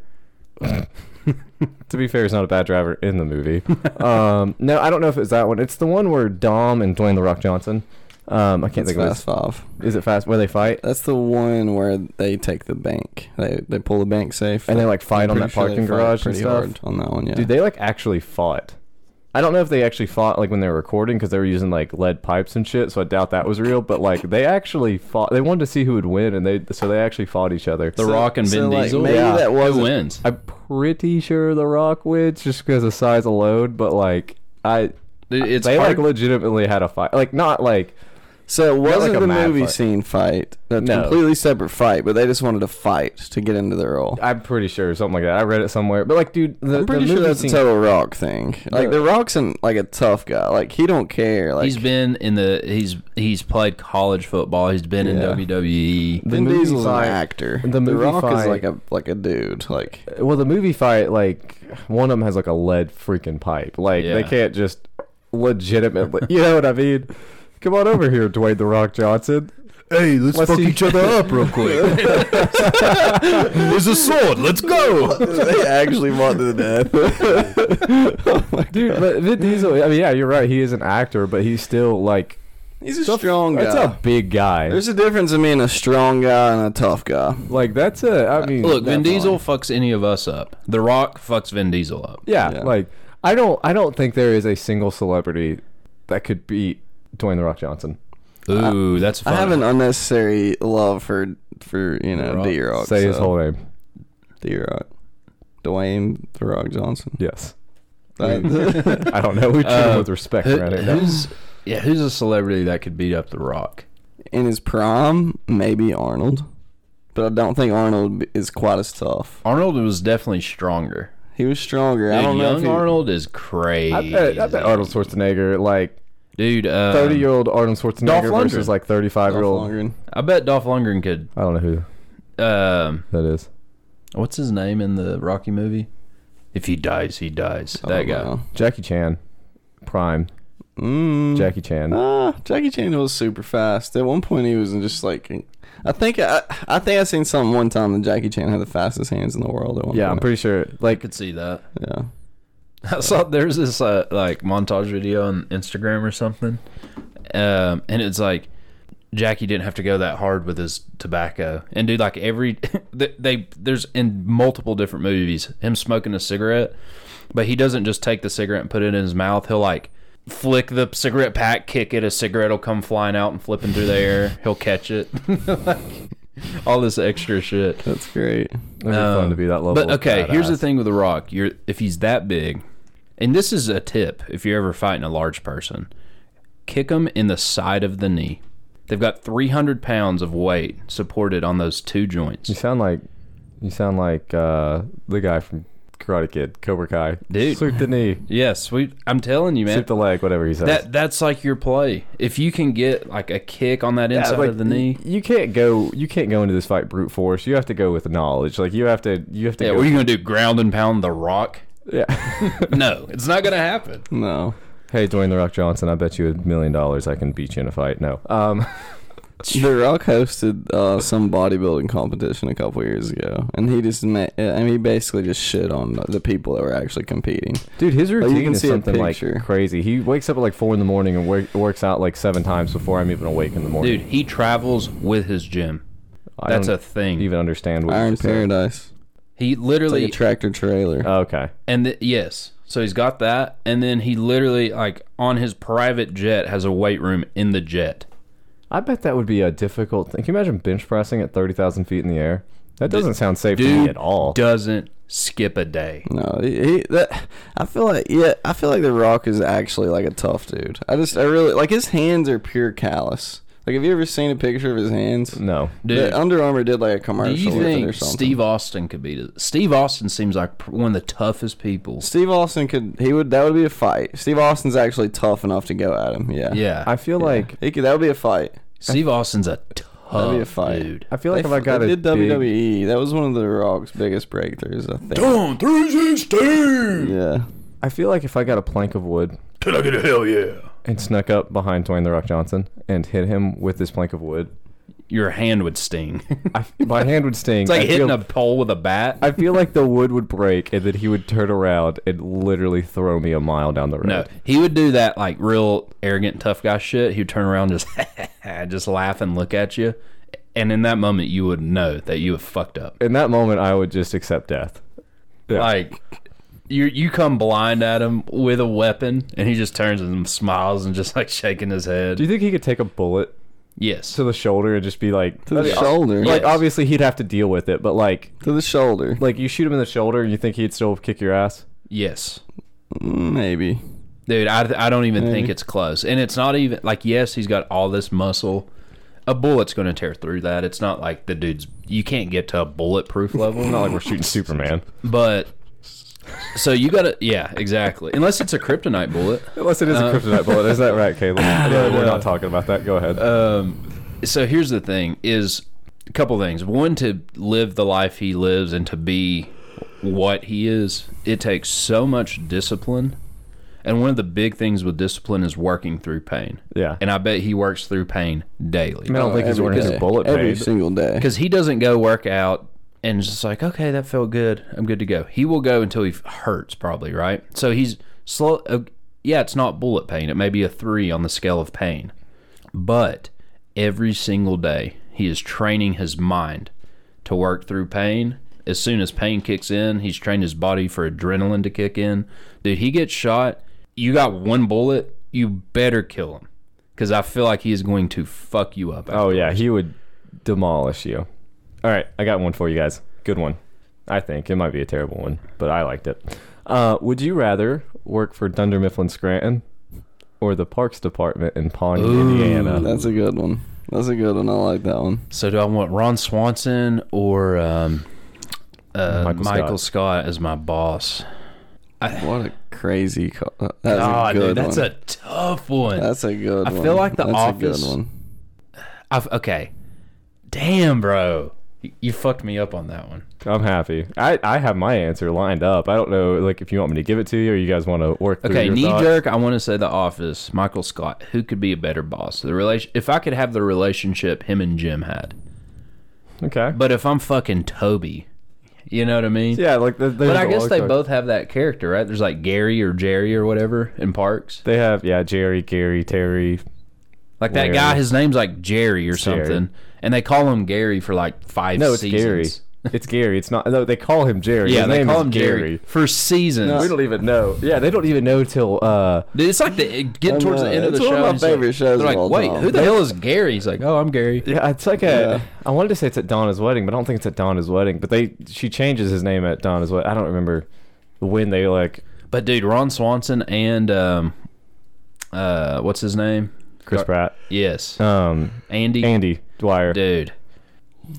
to be fair, he's not a bad driver in the movie. um, no, I don't know if it's that one. It's the one where Dom and Dwayne the Rock Johnson. Um, I can't That's think of fast five. it. Is it Fast where they fight That's the one where they take the bank. They they pull the bank safe and they like fight on that parking garage and pretty stuff? hard on that one. Yeah. Dude, they like actually fought. I don't know if they actually fought like when they were recording because they were using like lead pipes and shit, so I doubt that was real. But like they actually fought. They wanted to see who would win, and they so they actually fought each other. The So- Rock and so, Vin like, Diesel. maybe Yeah. that Who wasn't- wins? I'm pretty sure The Rock wins just because of size alone, but like I, Dude, It's they hard- like legitimately had a fight. Like not like so it like wasn't a the mad movie fight. scene fight. That's No. completely separate fight, but they just wanted to fight to get into the role. I'm pretty sure something like that. I read it somewhere, but like dude, the, I'm pretty the sure movie that's a scene- total rock thing. Like the rock's an, like a tough guy. Like he don't care. Like he's been in the he's he's played college football. He's been Yeah. in E. WWE. the Vin movie Diesel's fight- an actor. the The, movie rock is fight- like a like a dude. Like well the movie fight like one of them has like a lead freaking pipe like Yeah. they can't just legitimately you know what i mean come on over here dwayne the rock johnson Hey, let's, fuck each other up real quick. There's a sword. Let's go. they actually want to death. dude but vin diesel i mean yeah you're right he is an actor but he's still like He's a strong that's guy. a big guy There's a difference in being a strong guy and a tough guy. like that's a i mean Uh, Look, Vin Definitely. Diesel fucks any of us up. The Rock fucks Vin Diesel up. yeah, yeah. like i don't i don't think there is a single celebrity that could beat dwayne the rock johnson Ooh, that's I funny. have an unnecessary love for for you know Rock. D Rock. say his whole name D Rock, Dwayne The Rock Johnson. yes That- i don't know we treat Uh, him with respect Who- right now who's yeah? Who's a celebrity that could beat up The Rock? in his prime, maybe Arnold, but I don't think Arnold is quite as tough. Arnold was definitely stronger. He was stronger. I Dude, don't know. young If he, Arnold is crazy. I bet, I bet Arnold Schwarzenegger, like Dude, uh, 30 year old Arnold Schwarzenegger Dolph Lundgren. versus like 35 year Dolph old. Lundgren. I bet Dolph Lundgren could. I don't know who Um, that is. what's his name in the Rocky movie? If he dies, he dies. I That don't guy. know. Jackie Chan. Prime. Mm. Jackie Chan. Uh, Ah, Jackie Chan was super fast. At one point, he was just like, I think I, I think I seen something one time that Jackie Chan had the fastest hands in the world. At one yeah, I'm point. pretty sure. I Like, could see that. yeah. I saw there's this uh, like montage video on Instagram or something, um, and it's like Jackie didn't have to go that hard with his tobacco, and dude, like every they, they there's in multiple different movies him smoking a cigarette, but he doesn't just take the cigarette and put it in his mouth. He'll like flick the cigarette pack, kick it, a cigarette will come flying out and flipping through the air. He'll catch it, like all this extra shit. That's great. it'd be fun Um, to be that level. But of okay, here's the badass. thing with The Rock: you're if he's that big, and this is a tip if you're ever fighting a large person, kick him in the side of the knee. They've got 300 pounds of weight supported on those two You joints, sound like. You sound like uh, the guy from Karate Kid, Cobra Kai. dude. Sweep the knee, Yes, we. I'm telling you, man. sweep the leg, whatever he says. That that's like your play. If you can get like a kick on that Yeah, inside like, of the knee, You can't go. You can't go into this fight brute force. You have to go with knowledge. Like you have to. You have to. yeah. go, What are you gonna do? Ground and pound the rock? yeah. No, it's not gonna happen. No. hey, Dwayne the Rock Johnson. I bet you a million dollars I can beat you in a fight. No. Um. The Rock hosted uh, some bodybuilding competition a couple years ago, and he just met, I mean, he basically just shit on the people that were actually competing. Dude, Oh, his you routine can is see a something like picture. crazy. He wakes up at like four in the morning and wor- works out like seven times before I'm even awake in the morning. Dude, he travels with his gym. I That's a don't thing. even understand what you Iron just said. Paradise, he it's literally like a tractor trailer. Okay, And th- yes, so he's got that, and then he literally like on his private jet has a weight room in the jet. I bet that would be a difficult thing. Can you imagine bench pressing at thirty thousand feet in the air? That doesn't sound safe to dude, me at all. Doesn't skip a day. No, he, he that I feel like yeah, I feel like The Rock is actually like a tough dude. I just I really like his hands are pure callous. Like have you ever seen a picture of his hands? no, Dude, The Under Armour did like a do commercial you with it or think something. Steve Austin could beat it? Steve Austin seems like pr- one of the toughest people. Steve Austin could he would that would be a fight. Steve Austin's actually tough enough to go at him. Yeah. Yeah, I feel like He could, that would be a fight. Steve Austin's a tough That'd be a tough, fight. dude. I feel like they, if I got they a did big- E. WWE, that was one of the Rock's biggest breakthroughs, I think. Done 316. Yeah. I feel like if I got a plank of wood Till I get a hell yeah. and snuck up behind Dwayne the Rock Johnson and hit him with this plank of wood, Your hand would sting. I, my hand would sting. It's like I hitting feel, a pole with a bat. I feel like the wood would break and then he would turn around and literally throw me a mile down the road. No, he would do that like real arrogant tough guy shit. He'd turn around and just just laugh and look at you, and in that moment you would know that you have fucked up. In that moment, I would just accept death. Yeah. Like you you come blind at him with a weapon, and he just turns and smiles and just like shaking his head. Do you think he could take a bullet yes, to the shoulder and just be like To the Like, shoulder. Like obviously he'd have to deal with it, but like To the shoulder. like you shoot him in the shoulder, you think he'd still kick your ass? yes, Mm, Maybe. dude. I I don't even think Mm-hmm. it's close, and it's not even like yes, he's got all this muscle. A bullet's going to tear through that. It's not like the dude's. You can't get to a bulletproof level. Not like we're shooting Superman. But so you gotta, yeah, exactly. Unless it's a kryptonite bullet. Unless it is Uh, a kryptonite bullet, is that right, Caleb? Anyway, we're not talking about that. Go ahead. Uh, Um, So here's the thing: is a couple things. One to live the life he lives and to be what he is. It takes so much discipline, and one of the big things with discipline is working through pain. yeah. And I bet he works through pain daily. I don't think he's Every wearing his day. bullet Every paid. single day. because he doesn't go work out and it's just like okay that felt good i'm good to go he will go until he hurts probably right so he's slow uh, yeah it's not bullet pain it may be a three on the scale of pain but every single day he is training his mind to work through pain as soon as pain kicks in he's trained his body for adrenaline to kick in dude he gets shot you got one bullet you better kill him because i feel like he is going to fuck you up Oh yeah, he would demolish you. All right, I got one for you guys. Good one. I think it might be a terrible one, but I liked it. Uh, would you rather work for Dunder Mifflin Scranton or the Parks Department in Pawnee, Indiana? That's a good one. That's a good one. I like that one. So do I want Ron Swanson or um, uh, Michael Michael, Scott. as my boss? What a crazy uh, call. That's Ah, a good dude, that's one. a tough one. that's a good I one. feel like The that's Office- A good one. I've, okay, damn, bro, you, you fucked me up on that one. I'm happy. I, I have my answer lined up. I don't know, like if you want me to give it to you or you guys want to work. Through Okay, your knee thoughts. jerk. I want to say The Office, Michael Scott. Who could be a better boss? The relation. If I could have the relationship him and Jim had, Okay. but if I'm fucking Toby, you know what I mean? Yeah, like the, But I guess they both have that character, right? There's like Gary or Jerry or whatever in Parks. They have yeah, Jerry, Gary, Terry. Like that Larry. guy, his name's like Jerry or Jerry. something, and they call him Gary for like five. No, it's Gary. seasons. It's Gary. It's not. No, they call him Jerry. Yeah, His they name call is him Jerry, for seasons. We don't even know. Yeah, they don't even know till uh Dude, it's like the it- getting I towards the know, end of the it's show. one of my and he's like- favorite shows They're like, of all wait, time." who the hell is Gary? He's like, oh, I'm Gary. yeah, it's like a. I Yeah. wanted to say it's at Donna's wedding, but I don't think it's at Donna's wedding. But they she changes his name at Donna's wedding. I don't remember when they like But dude, Ron Swanson and um, uh, what's his name? Chris Gar- Pratt, Yes, um, Andy. Andy Dwyer, Dude,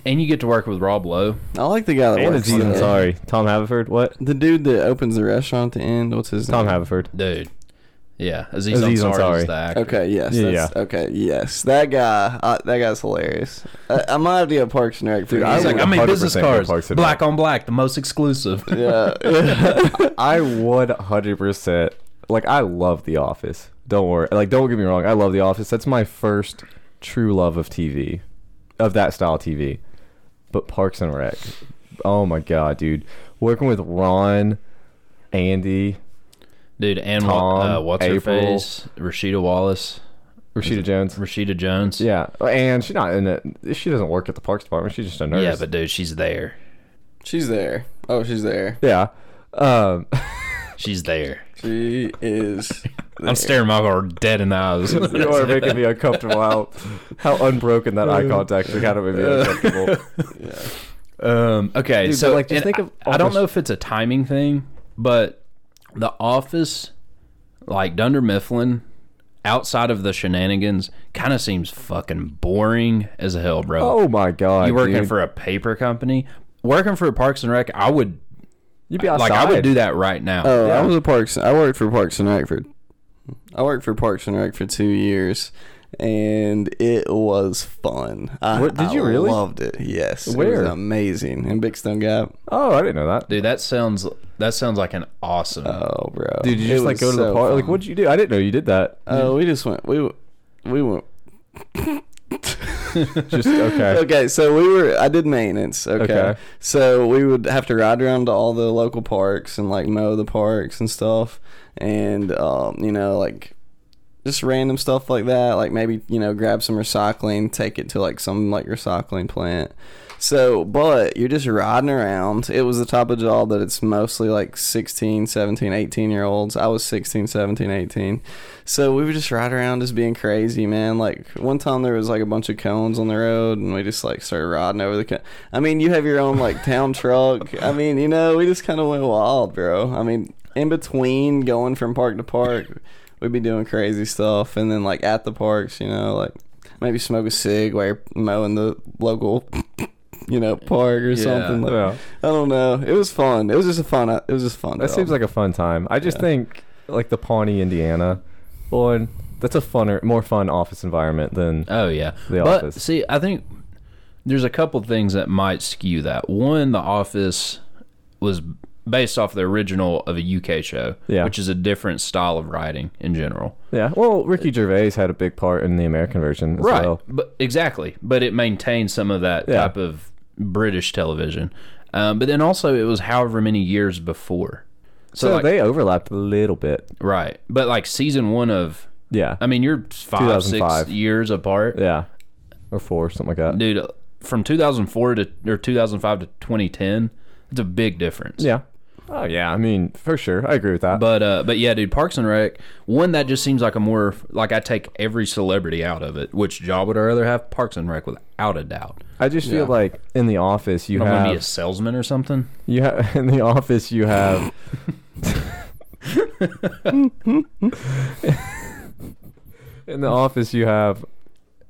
and you get to work with Rob Lowe. I like the guy that and works Aziz there. Ansari, Tom Haverford. What? The dude that opens the restaurant at the end. What's his Tom name? Haverford. Dude, yeah, Aziz, Aziz Ansari, Ansari. is the actor. Okay. Yes. Yeah, that's- Okay. Yes. That guy. Uh, that guy's hilarious. Uh, I, I might have to get Parks and Rec for Dude, I He's you. like, I made business 100% go cards, Parks and black on black, the most exclusive. yeah. I would hundred percent. Like I love The Office. Don't worry. Like don't get me wrong. I love The Office. That's my first true love of TV, of that style TV. But Parks and Rec. Oh my god, dude. Working with Ron, Andy, Dude, and Tom, uh, what's April. her face? Rashida Wallace, Rashida Jones. Rashida Jones. Yeah, and she's not in it. She doesn't work at the Parks Department. She's just a nurse. yeah, but dude, she's there. she's there. Oh, she's there. yeah. Um, She's there. She is. I'm staring my girl dead in the eyes. you are making me uncomfortable. How, how unbroken that eye contact kind of made me uncomfortable. um, okay, Dude, so but, like, just and think of I, I don't Office- know if it's a timing thing, but The Office, like Dunder Mifflin, outside of the shenanigans, kind of seems fucking boring as hell, bro. Oh my god, you working dude. for a paper company? Working for Parks and Rec, I would You'd be outside. like I would do that right now. Oh, Yeah. I was a Parks. I worked for Parks and Rec for. I worked for Parks and Rec for two years, and it was fun. I, What- did I you really? loved it? Yes, it Where? was amazing in Big Stone Gap. Oh, I didn't know that. Dude, that sounds that sounds like an awesome. Oh, bro, Dude, you It just like was go to the so park. Like, fun. what'd you do? I didn't know you did that. Oh, we just went. We w- we went. Just okay. Okay, so we were. I did maintenance. Okay. Okay. so we would have to ride around to all the local parks and like mow the parks and stuff, and um, you know like just random stuff like that. Like maybe you know grab some recycling, take it to like some like recycling plant. So, but you're just riding around. It was the type of job that it's mostly like 16, 17, 18 year olds. I was 16, 17, 18. So we would just ride around just being crazy, man. Like one time there was like a bunch of cones on the road and we just like started riding over the cone. I mean, you have your own like town truck. I mean, you know, we just kind of went wild, bro. I mean, in between going from park to park, we'd be doing crazy stuff. And then like at the parks, you know, like maybe smoke a cig while you're mowing the local you know, park or Yeah. something. Like, Yeah. I don't know. It was fun. It was just a fun. uh, It was just fun. That job. seems like a fun time. I just think like the Pawnee, Indiana, one that's a funner, more fun office environment than Oh yeah. The but Office. see, I think there's a couple things that might skew that. One, The Office was based off the original of a UK show, Yeah. which is a different style of writing in general. yeah. Well, Ricky Gervais had a big part in the American version. As Well. But exactly. But it maintained some of that Yeah. type of British television. Um, but then also it was however many years before. So, So, like, they overlapped a little bit. right. But like season one of Yeah. I mean, you're five, six 2005. years apart. yeah. Or four, something like that. Dude, uh, from 2004 to or 2005 to 2010, it's a big difference. Yeah. Oh yeah. I mean, for sure. I agree with that. But uh, but yeah, dude, Parks and Rec. One that just seems like a more like I take every celebrity out of it. Which job would I rather have? Parks and Rec, without a doubt. I just feel Yeah. like in the office you I'm gonna be a have salesman or something. you have in the office you have in the office you have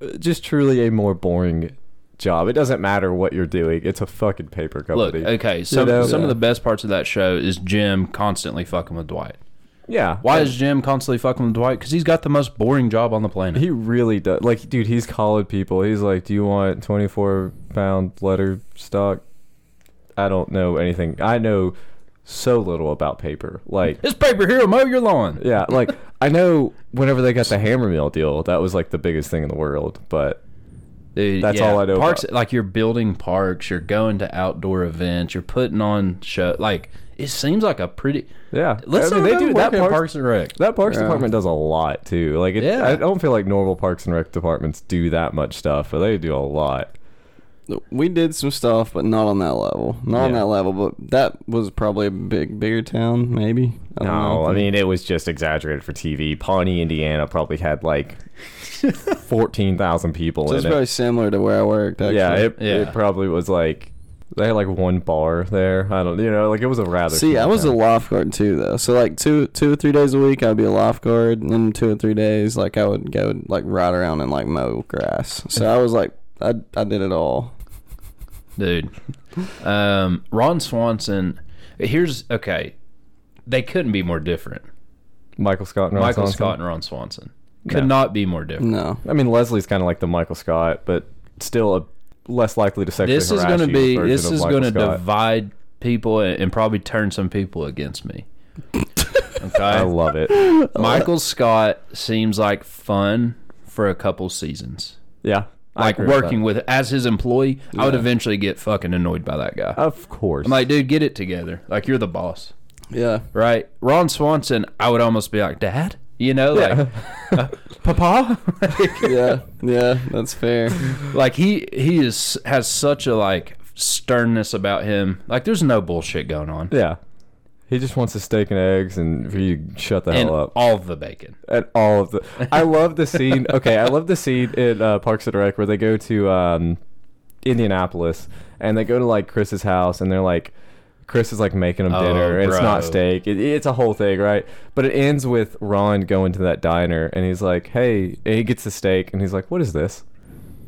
uh, just truly a more boring job. It doesn't matter what you're doing. It's a fucking paper Look, company. okay, some know? some of Yeah. the best parts of that show is Jim constantly fucking with Dwight. yeah. Why is Jim constantly fucking with Dwight? Because he's got the most boring job on the planet. He really does. Like, dude, he's collared people. He's like, "Do you want 24 pound letter stock?" I don't know anything. I know so little about paper. Like, This paper here will mow your lawn. yeah, like I know whenever they got the hammer mill deal, that was like the biggest thing in the world. But Dude, That's all I know Parks, about. like you're building parks, you're going to outdoor events, you're putting on show. Like it seems like a pretty. yeah, Let's I mean, they do that Parks, Parks and Rec. that Parks Yeah. Department does a lot too. Like, it, Yeah. I don't feel like normal Parks and Rec departments do that much stuff, but they do a lot. we did some stuff, but not on that level. Not on Yeah. that level. But that was probably a big, bigger town, maybe. I don't No, know. I mean it was just exaggerated for TV. Pawnee, Indiana, probably had like fourteen thousand people so it's in very it. similar to where I worked. Actually. Yeah, it, Yeah. it probably was like they had like one bar there. I don't, you know, like it was a rather. See, I small was a town. lifeguard too, though. So like two, two or three days a week, I'd be a lifeguard, and then two or three days, like I would go like ride around and like mow grass. So I was like, I, I did it all. dude. Um, Ron Swanson. Here's okay. They couldn't be more different. Michael Scott and Ron Michael Swanson. Scott and Ron Swanson could No. not be more different. No, I mean, Leslie's kind of like the Michael Scott, but still a less likely to sexually This is harass going to you be. version This of is Michael going to Scott. divide people and, and probably turn some people against me. I Okay, love it. Michael Scott seems like fun for a couple seasons. Yeah, I Like agree with that. working with, as his employee, I would eventually get fucking annoyed by that guy. Of course. I'm like, dude, get it together. Like you're the boss. yeah, right? Ron Swanson, I would almost be like, Dad, you know, like, uh, Papa, yeah, yeah. That's fair. like he he is has such a like sternness about him. Like, there's no bullshit going on, yeah, he just wants his steak and eggs, and for you to shut the and hell up. all of the bacon. at all of the. I love the scene. Okay, I love the scene in uh, Parks and Rec where they go to um, Indianapolis and they go to like Chris's house and they're like, Chris is like making them Oh, dinner. and It's not bro. steak. It, it's a whole thing, right? But it ends with Ron going to that diner and he's like, "Hey," and he gets the steak and he's like, "What is this?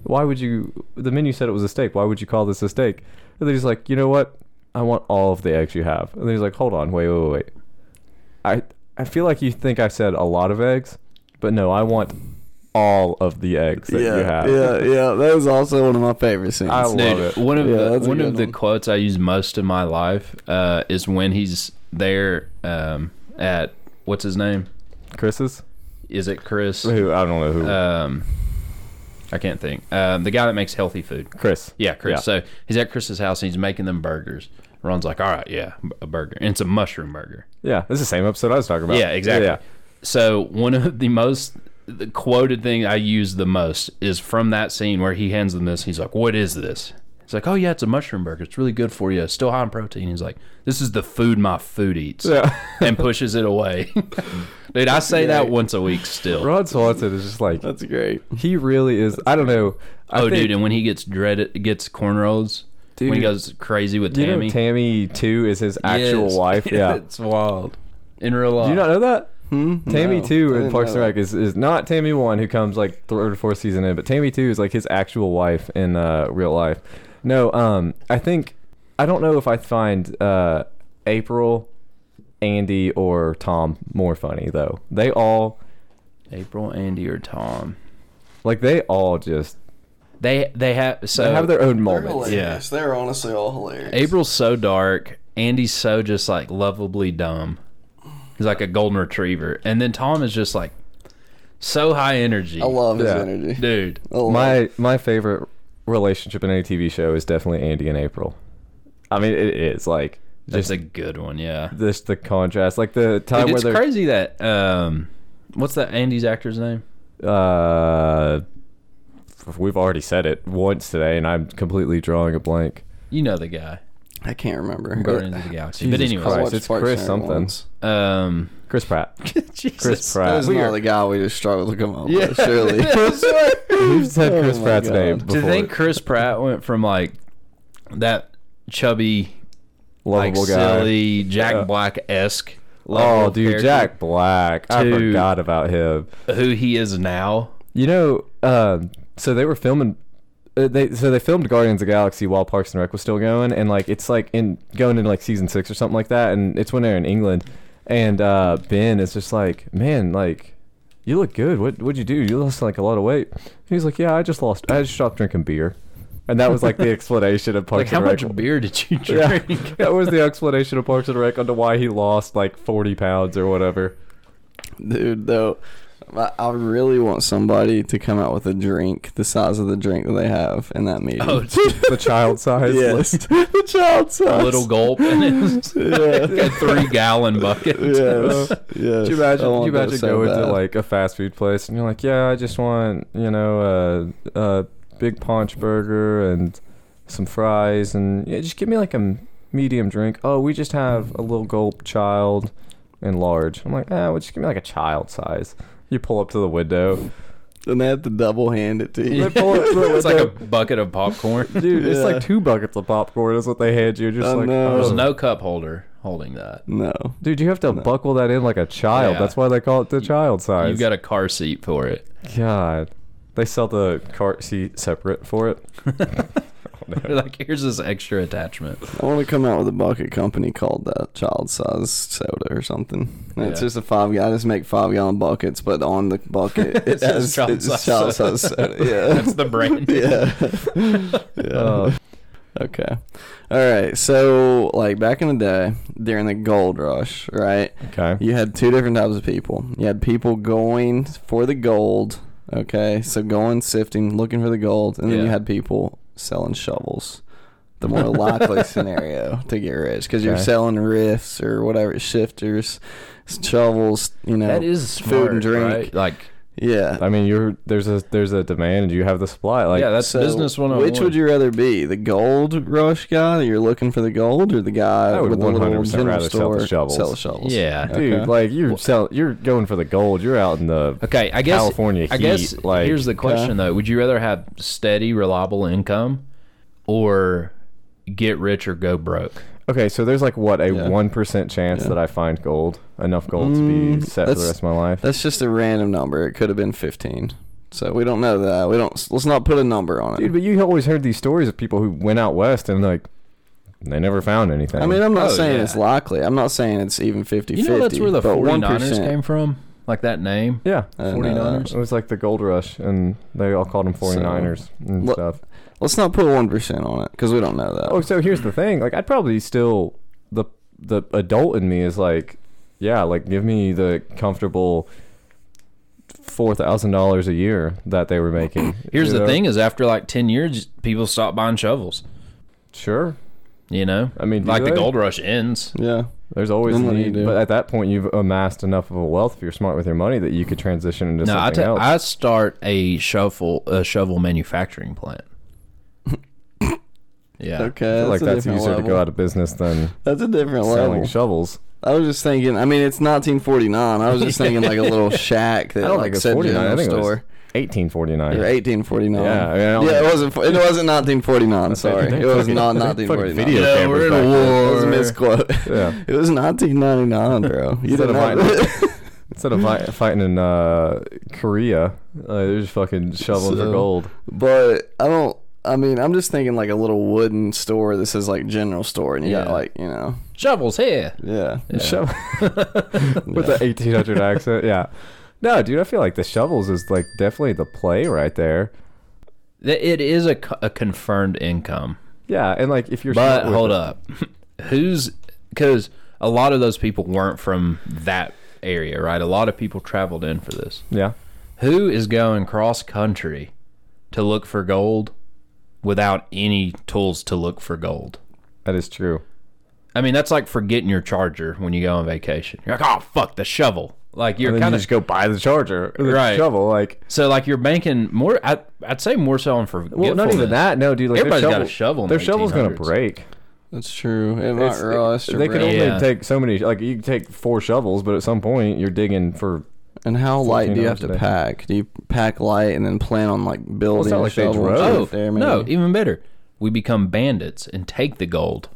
Why would you? The menu said it was a steak. Why would you call this a steak?" And then he's like, "You know what? I want all of the eggs you have." And then he's like, "Hold on, wait, wait, wait, wait. I I feel like you think I said a lot of eggs, but no, I want all of the eggs that yeah, you have. yeah, yeah. That was also one of my favorite scenes. I love Dude, it. one of Yeah, the that's a one of good the one. quotes I use most in my life uh, is when he's there um, at what's his name? Chris's? Is it Chris? Who I don't know who. Um, I can't think. Um, the guy that makes healthy food. Chris. Yeah, Chris. Yeah. So he's at Chris's house and he's making them burgers. Ron's like, "All right, yeah, a burger, and it's a mushroom burger." Yeah, it's the same episode I was talking about. Yeah, exactly. Yeah, So one of the most the quoted thing I use the most is from that scene where he hands them this. He's like, "What is this?" He's like, "Oh yeah, it's a mushroom burger. It's really good for you. It's still high in protein." He's like, "This is the food my food eats," yeah. and pushes it away. Dude, I say that Great. once a week still. Rod Swanson is just like That's great. he really is. I don't know. I oh, think- dude, and when he gets dreaded, gets corn rolls. when he Dude. goes crazy with do you Tammy, know Tammy too is his actual Yes. wife. Yeah. it's wild. In real life, Do you not know that? Hmm? Tammy No, I two in didn't Parks and know Rec is, is not Tammy one who comes like third or fourth season in, but Tammy two is like his actual wife in uh, real life. No, um, I think I don't know if I find uh, April, Andy, or Tom more funny though. They all April, Andy, or Tom. like they all just They they have so they have their own They're moments. hilarious. They're honestly all hilarious. April's so dark. Andy's so just like lovably dumb. He's like a golden retriever, and then Tom is just like so high energy. I love his Yeah. energy. dude. I love it. My my favorite relationship in any TV show is definitely Andy and April. I mean, it is like That's just a good one, yeah. this the contrast, like the time Dude, it's where they're crazy that um, what's that Andy's actor's name? uh, f- we've already said it once today, and I'm completely drawing a blank. You know the guy, I can't remember. Guardians of the Galaxy. but Jesus anyway, Christ. watched it's Parks Chris and Rec something. once. um, Chris Pratt. Jesus. Chris That Pratt. is not the guy we just struggled to come up Yeah. with, surely. We've said Oh Chris my Pratt's God. name To before. To think Chris Pratt went from like that chubby, like lovable guy. silly Jack Yeah. Black esque. Oh, dude, Jack Black. I To- forgot about him. who he is now. You know, um, so they were filming. Uh, they so they filmed Guardians of the Galaxy while Parks and Rec was still going, and like it's like in going into like season six or something like that, and it's when they're in England, and uh, Ben is just like, man, like you look good. What what'd you do? You lost like a lot of weight. And he's like, yeah, I just lost. I just stopped drinking beer, and that was like the explanation of Like, Parks how and Rec. much beer did you Yeah. drink? that was the explanation of Parks and Rec onto why he lost like forty pounds or whatever. Dude, though, I I really want somebody to come out with a drink the size of the drink that they have in that meeting. Oh, dude, The child size. yes. the child a size. little gulp and it's Yeah. a three gallon bucket. yes. yes. Do you imagine? I Do want you that imagine so going to bad. like a fast food place and you're like, yeah, I just want you know a uh, a big paunch burger and some fries and yeah, just give me like a m- medium drink. Oh, we just have a little gulp, child, and large. I'm like, ah, well, just give me like a child size. You pull up to the window, And they have to double hand it to you. They pull up to the It's like a window. bucket of popcorn. dude. It's Yeah. like two buckets of popcorn is what they hand you. Just I like, know. There's oh. no cup holder holding that. No. dude, you have to buckle that in like a child. Yeah. That's why they call it the child size. You've got a car seat for it. God. They sell the cart seat separate for it. They're like, here's this extra attachment. I want to come out with a bucket company called that child size soda or something. And It's Yeah. just a five. I just make five gallon buckets, but on the bucket it It says has child it's size child soda. size soda. Yeah, That's the brand. yeah, yeah. Uh, okay, all right. So like back in the day during the gold rush, right? okay. You had two different types of people. You had people going for the gold. Okay, so going sifting, looking for the gold, and then you Yeah. had people selling shovels. The more likely scenario to get rich because you're Okay. selling riffs or whatever shifters, shovels. You know, That is smart, food and drink. right? Like, yeah. I mean, you're there's a there's a demand and you have the supply. Like yeah, that's So, business 101. Which would you rather be, the gold rush guy that you're looking for the gold, or the guy I would with the little 100% general rather sell store the shovels. sell shovels? Yeah. dude, Okay. like you're sell you're going for the gold. You're out in the Okay, I guess California I guess heat, like- here's the question though: Would you rather have steady, reliable income, or get rich or go broke? uh, Okay, so there's like what a Yeah. one chance Yeah. that I find gold, enough gold to be Mm, set for the that's- rest of my life. That's just a random number. It could have been 15. So we don't know that. We don't. Let's not put a number on it. Dude, but you always heard these stories of people who went out west and like they never found anything. I mean, I'm not Oh, saying yeah. it's likely. I'm not saying it's even 50 You know that's where the but 49ers 1%. came from. Like that name? Yeah. I didn't know that. 49ers? It was like the gold rush, and they all called them 49ers and Wha- stuff. Let's not put one percent on it because we don't know that. Oh, so here's the thing. Like, I'd probably still the the adult in me is like, yeah, like give me the comfortable four thousand dollars a year that they were making. Here's you the know? thing: is after like ten years, people stop buying shovels. Sure. You know, I mean, do like the they? gold rush ends. Yeah, There's always Then a what do you need, do? but at that point, you've amassed enough of a wealth if you're smart with your money that you could transition into no, I something ta- else. I start a shovel a shovel manufacturing plant. yeah, I okay. feel That's like a that's different easier to level. go out of business than That's a different selling level. shovels. I was just thinking. I mean, it's 1949. I was just thinking like a little shack that I don't think like it was said 49, I general think it was store. Or 1849. 1849. Yeah, I mean, I yeah, don't it think- wasn't. It wasn't 1949. Sorry, They it was fucking- not they fucking 1949. video Yeah, cameras we're in back a then. war. It was a Or- misquote. Yeah. It was 1999, bro. You Instead didn't of know fighting- that. Instead of fight, fighting in uh, Korea, uh, they're just fucking shoveling for So- gold. But I don't. I mean, I'm just thinking like a little wooden store that says like general store, and you got Yeah. like you know, shovels here. yeah. Shovel- With the 1800 accent, yeah. No, dude, I feel like the shovels is like definitely the play right there. Th- It is a, co- a confirmed income. Yeah, and like if you're smart But with hold it- up, who's because a lot of those people weren't from that area, right? A lot of people traveled in for this. yeah, Who is going cross country to look for gold without any tools to look for gold? that is true. I mean, that's like forgetting your charger when you go on vacation. You're like, oh fuck, the shovel. Like you're And then kind you of just go buy the charger, the Right. Shovel, like so like you're banking more. I, I'd say more so on forgetfulness. well, not even that. No, dude, like their Everybody's got shovel- a shovel in Their the shovel's gonna 1800s. break. That's true. It It's- might rust. or they could break. only Yeah. take so many. Like you can take four shovels, but at some point you're digging for. And how light do you have 14 to hours a day. pack? Do you pack light and then plan on like building not a like they shovel and drove. Oh shit there, maybe? no, even better. We become bandits and take the gold.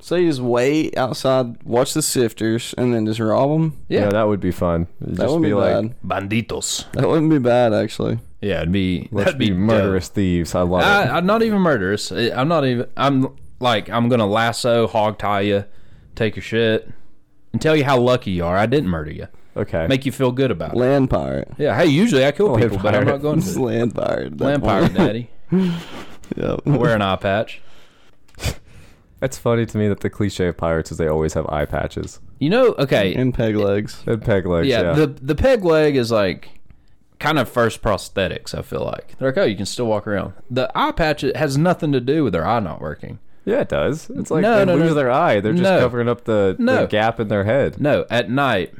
So you just wait outside, watch the sifters, and then just rob them. Yeah, Yeah. that would be fun. It'd That just wouldn't be be like, bad. Banditos. That wouldn't be bad actually. Yeah, it'd be let's that'd be, be, dope. murderous thieves. I love it. I, I'm not even murderous. I- I'm not even. I'm like I'm gonna lasso, hog tie you, take your shit, and tell you how lucky you are. I didn't murder you. Okay. Make you feel good about it. Land pirate. Yeah. Hey, usually I kill people, but pirate. I'm not going This is to. land pirate. at that Land pirate, point. daddy. yep. Wear an eye patch. It's funny to me that the cliche of pirates is they always have eye patches You know. Okay. And peg legs. and peg legs. Yeah. Yeah. The the peg leg is like kind of first prosthetics. I feel like they're like, oh, you can still walk around. The eye patch it has nothing to do with their eye not working. yeah, it does. It's like No, they no, no. lose their eye. They're just No. covering up the, the No. gap in their head. No, at night.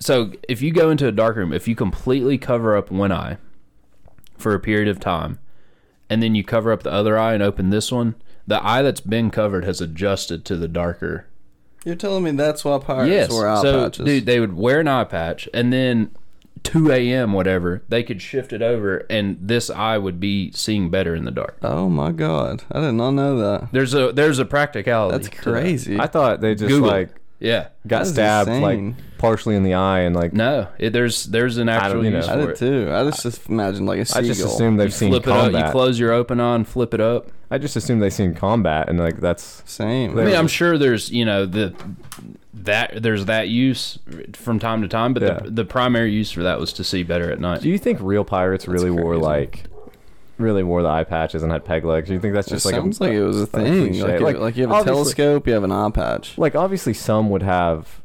So if you go into a dark room, if you completely cover up one eye for a period of time, and then you cover up the other eye and open this one, the eye that's been covered has adjusted to the darker. You're telling me that's why pirates yes. wore eye so patches? dude, they would wear an eye patch, and then 2 a.m. whatever they could shift it over, and this eye would be seeing better in the dark. Oh my god, I did not know that. There's a there's a practicality. That's to that. crazy. I thought they just Google it. like Yeah. got That is stabbed insane. like partially in the eye and like No, it, there's there's an don't- actual you know. use I for did it. too. I just, just imagined like a seagull. I just assume they've seen flip it up. combat. You close your open on, flip it up. I just assume they've seen combat and like that's Same. I There mean, we I'm go. sure there's you know the that there's that use from time to time, but Yeah. the, the primary use for that was to see better at night. Do you think real pirates really wore crazy. like really wore the eye patches and had peg legs? Do you think that's It just like sounds a, like it was a thing. cliche. Like, Like, like, you have a obviously- telescope, you have an eye patch. like obviously some would have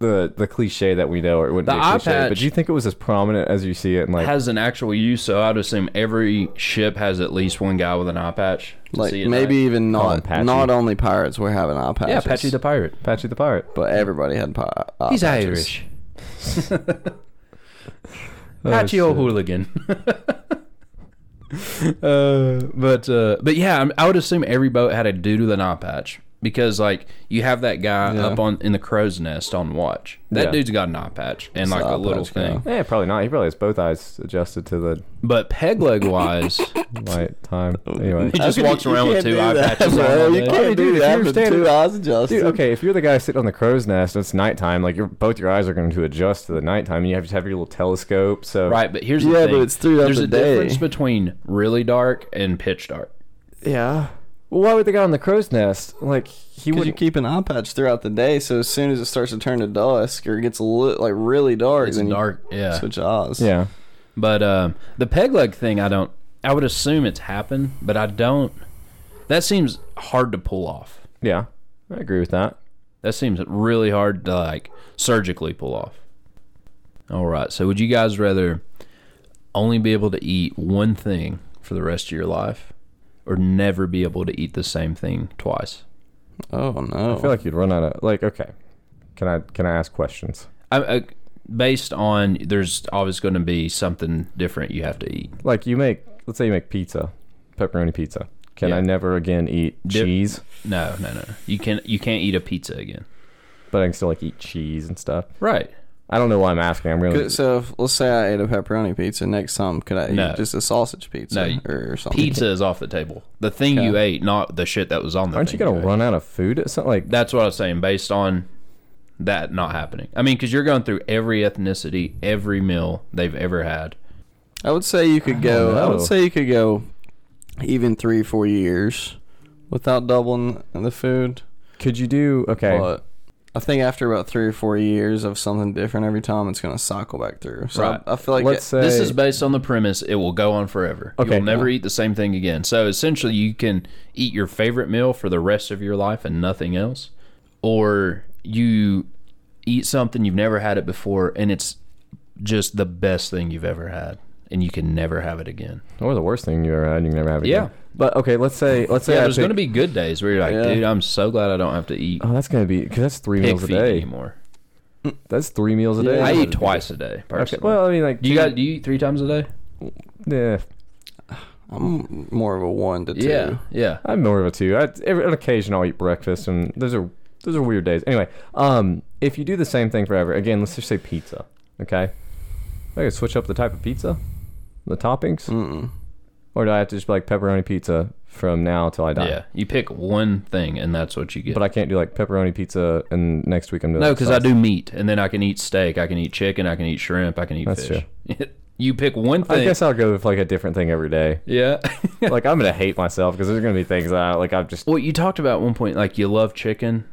the the cliche that we know or it wouldn't The be a eye cliche, but patch- do you think it was as prominent as you see it in like has an actual use, so I'd assume every ship has at least one guy with an eye patch. to Like see at maybe night. even Call 'em not Patchy. not only pirates were having eye patches. yeah, Patchy the pirate. Patchy the pirate? but everybody had pi- eye He's patches. Irish. Patchy O'Hooligan. uh, but uh, but yeah, I'm- I would assume every boat had a dude with an eye patch because like you have that guy Yeah. up on in the crow's nest on watch. That Yeah. dude's got an eye patch and It's like the a eye little patch guy. thing. Yeah, Eh, probably not. He probably has both eyes adjusted to the But peg leg wise, light time. Anyway. he just You walks around with can't two do eye that, patches. bro. on You all day. can't do Dude, if that with you're standing- two eyes adjusted. Dude, okay, if you're the guy sitting on the crow's nest and it's nighttime, like your both your eyes are going to adjust to the nighttime. You have to have your little telescope. So Right, but here's the Yeah, thing. but it's throughout There's the a day. difference between really dark and pitch dark. yeah, Well, why would they go on the crow's nest? Like he Because would. you keep an eye patch throughout the day, so as soon as it starts to turn to dusk or it gets a lit, like really dark, It's then dark. you Yeah. switch eyes. yeah. But um, the peg leg thing, I don't. I would assume it's happened, but I don't. That seems hard to pull off. Yeah. I agree with that. That seems really hard to like surgically pull off. All right. So would you guys rather only be able to eat one thing for the rest of your life, or never be able to eat the same thing twice? Oh no. I feel like you'd run out of like. Okay. Can I can I ask questions? I, I, based on there's always going to be something different you have to eat. Like you make, let's say you make pizza, pepperoni pizza. Can Yeah. I never again eat Dip- cheese? No, no, no. You can you can't eat a pizza again. But I can still like eat cheese and stuff. Right. I don't know why I'm asking. I'm really Could- so if, let's say I ate a pepperoni pizza. Next time, could I eat No. just a sausage pizza No, you- or something? Pizza is off the table. The thing you ate, not the shit that was on the. Aren't you thing gonna ate. run out of food at something like That's what I was saying. Based on that not happening, I mean, because you're going through every ethnicity, every meal they've ever had. I would say you could go. I know. would say you could go even three, four years without doubling the food. Could you do okay? uh, But I think after about three or four years of something different every time, it's gonna cycle back through. So Right. I, I feel like Let's it- say This is based on the premise it will go on forever. Okay. You'll never eat the same thing again. So essentially, you can eat your favorite meal for the rest of your life and nothing else, or you eat something you've never had it before and it's just the best thing you've ever had, and you can never have it again. or the worst thing you ever had, you can never have it. Yeah. again. But okay, let's say let's say I yeah, there's going to pick- be good days where you're like, Yeah. dude, I'm so glad I don't have to eat Oh, that's gonna be because that's three pig meals a feet day. anymore. That's three meals a Yeah. day. I Yeah. eat twice a day. Okay. Personally. Well, I mean, like do you two- got do you eat three times a day? Yeah, I'm more of a one to two. Yeah, yeah. I'm more of a two. I, every, on occasion, I'll eat breakfast, and those are those are weird days. Anyway, um, if you do the same thing forever, again, let's just say pizza. Okay, I could switch up the type of pizza, the toppings, Mm. Mm-mm. or do I have to just be like pepperoni pizza from now till I die? Yeah, you pick one thing and that's what you get. But I can't do like pepperoni pizza, and next week I'm doing no, because I sauce. do meat, and then I can eat steak, I can eat chicken, I can eat shrimp, I can eat That's fish. you pick one I thing. guess I'll go with like a different thing every day. yeah. like I'm gonna hate myself because there's gonna be things that I, like I've just well, you talked about at one point like you love chicken,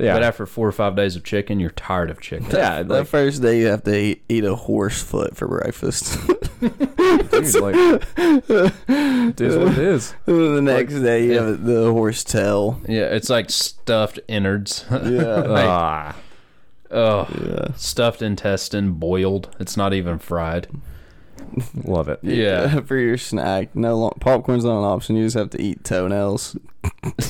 yeah but after four or five days of chicken, you're tired of chicken. yeah That like, first day, you have to eat, eat a horse foot for breakfast. dude, like it is what it is. the next day, you have the horse tail. Yeah, it's like stuffed innards. Yeah. Like, Ah, oh, yeah. stuffed intestine boiled. It's not even fried. love it. Yeah. for your snack. No long, popcorn's not an option. You just have to eat toenails.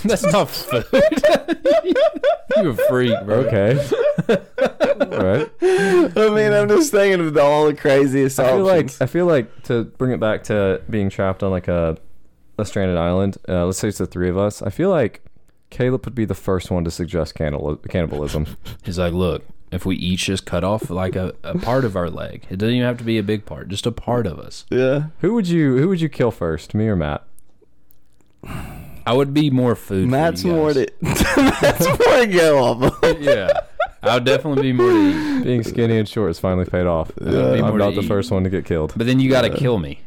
That's not food. you a freak, bro. Okay. All right. I mean, I'm just thinking of all the craziest I feel options. like I feel like to bring it back to being trapped on like a a stranded island. Uh, let's say it's the three of us. I feel like Caleb would be the first one to suggest cannibal- cannibalism. He's like, look, if we each just cut off like a, a part of our leg, it doesn't even have to be a big part, just a part of us. yeah. who would you Who would you kill first, me or Matt? I would be more food. for Matt's you guys. more to Matt's more to go off. of. yeah, I would definitely be more to eat. Being skinny and short has finally paid off. Uh, be I'm more not to the eat. first one to get killed. But then you got to kill me.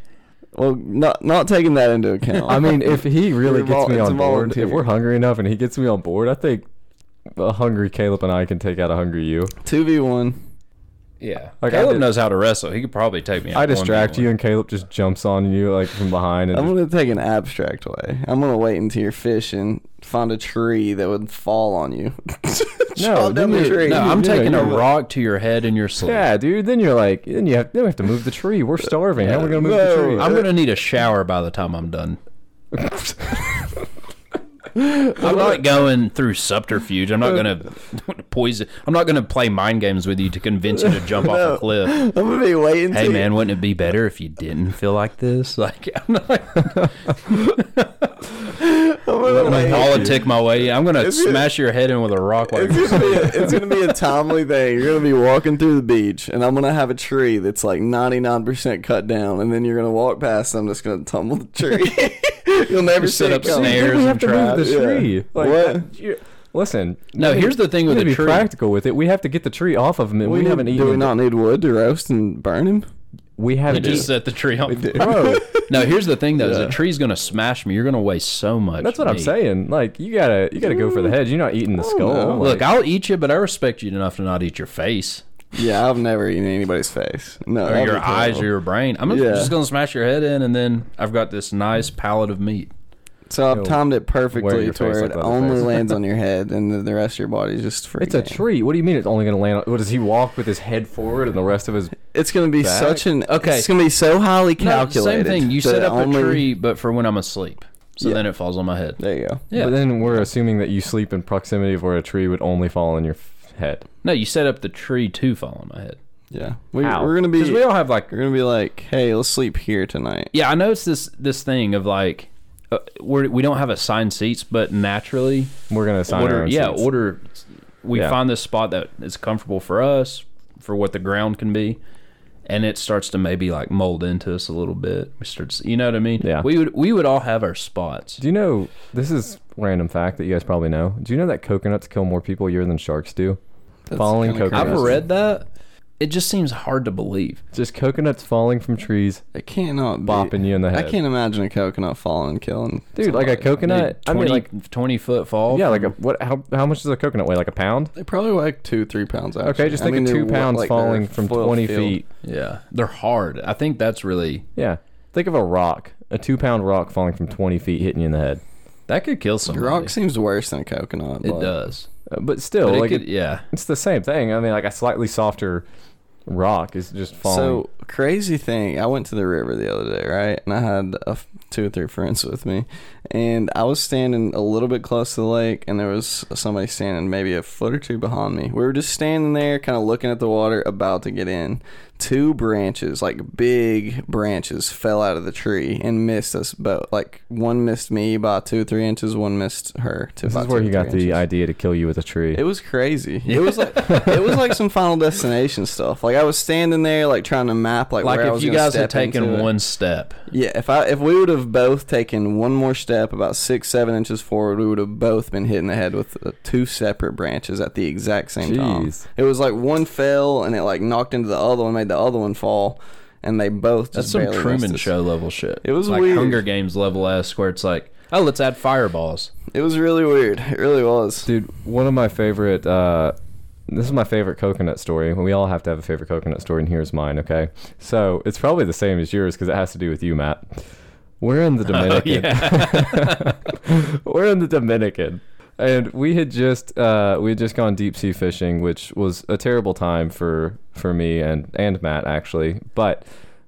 Well, not not taking that into account. I mean, if he really It's a gets me vol- it's on a board, if volunteer. we're hungry enough and he gets me on board, I think a hungry Caleb and I can take out a hungry you. two v one. Yeah, Like, I Caleb did- knows how to wrestle. He could probably take me. out I distract 1v1. you, and Caleb just jumps on you like from behind. And I'm just, gonna take an abstract way. I'm gonna wait until you're fishing, find a tree that would fall on you. Chop down then the you- tree. No, You- I'm you- taking a you- rock to your head in your sleep. yeah, dude. Then you're like, then you have, then we have to move the tree. We're starving. How are we gonna move the No. tree? I'm gonna need a shower by the time I'm done. I'm not going through subterfuge. I'm not gonna poison. I'm not gonna play mind games with you to convince you to jump off a cliff. I'm gonna be waiting. Hey till man, wouldn't it be better if you didn't feel like this? Like I'm not I'm gonna gonna wait. politic my way. in. I'm gonna smash your head in with a rock. While you're It's gonna, be a, it's gonna be a timely thing. You're gonna be walking through the beach, and I'm gonna have a tree that's like 99% cut down, and then you're gonna walk past. and I'm just gonna tumble the tree. You'll never Set see up it coming. snares. Then we have and to move traps. the Yeah. tree. Like, What? you- Listen. No, we- here's the thing we with need the to tree. Be practical with it. We have to get the tree off of him. and We, we, need- haven't Do we eaten. not need wood to roast and burn him? we have You just eat- set the tree on Dude, fire. bro, No, here's the thing though: is Yeah. a tree's gonna smash me. You're gonna waste so much. that's what I'm meat. saying. Like you gotta you gotta go for the head. You're not eating the don't skull. know. Like, Look, I'll eat you, but I respect you enough to not eat your face Yeah, I've never eaten anybody's face. No, or that'd your be eyes or terrible. your brain. I'm Yeah. just gonna smash your head in, and then I've got this nice palette of meat. So I've It'll timed it wear perfectly your to face where like it the other only face. lands on your head, and the, the rest of your body is just free. it's a game. tree. What do you mean it's only gonna land? on... What does he walk with his head forward and the rest of his? It's gonna be Back? such an Okay. It's gonna be so highly No, calculated. same thing. You that set up only- a tree, but for when I'm asleep. So Yeah. then it falls on my head. There you go. Yeah. But then we're assuming that you sleep in proximity of where a tree would only fall on your f- head. No, you set up the tree to fall on my head. Yeah, we, How? we're gonna be Because we all have like we're gonna be like, hey, let's sleep here tonight. yeah, I know it's this this thing of like uh, we're, we don't have assigned seats, but naturally, We're gonna assign our order, own yeah, seats. order. We Yeah. find this spot that is comfortable for us, for what the ground can be, and it starts to maybe like mold into us a little bit. We start, to- you know what I mean? Yeah. We would we would all have our spots. Do you know this is random fact that you guys probably know? Do you know that coconuts kill more people a year than sharks do? That's Following kinda coconut. I've Interesting. crazy. read that. It just seems hard to believe. Just coconuts falling from trees, I cannot be- bopping you in the I head. can't imagine a coconut falling and killing. Dude, like a somebody. coconut. Dude, I 20, mean, like 20 foot fall. yeah, like a what? How how much does a coconut weigh? Like a pound? They probably weigh like two, three pounds. Actually. Okay, just I think mean, of they're two wa- pounds like, they're falling from full twenty field. feet. yeah. They're hard. I think that's really Yeah, think of a rock, a two pound rock falling from twenty feet, hitting you in the head. that could kill somebody. Rock seems worse than a coconut. It but- does. Uh, but still, But it like could- it- yeah. it's the same thing. I mean, like a slightly softer rock is just falling. So crazy thing. I went to the river the other day, right? And I had a f two or three friends with me, and I was standing a little bit close to the lake, and there was somebody standing maybe a foot or two behind me. We were just standing there, kind of looking at the water, about to get in. Two branches, like big branches, fell out of the tree and missed us both. Like one missed me by two, three inches. One missed her. Two, this by is where two, he got three the inches. idea to kill you with a tree. It was crazy. It was like it was like some Final Destination stuff. Like I was standing there, like trying to map, like, Like where I if was you gonna guys had step into taken it. one step, Yeah, if I if we would have both taken one more step, about six seven inches forward, we would have both been hitting the head with uh, two separate branches at the exact same time. Jeez. It was like one fell and it like knocked into the other one, made the other one fall, and they both That's just some barely Truman missed us. Show level shit. It was like weird. Hunger Games level esque, where it's like, oh, let's add fireballs. It was really weird. It really was. Dude, one of my favorite. Uh, this is my favorite coconut story. We all have to have a favorite coconut story, and here's mine. Okay, so it's probably the same as yours because it has to do with you, Matt. We're in the Dominican. We're in the Dominican, and we had just uh, we had just gone deep sea fishing, which was a terrible time for for me and and Matt actually. But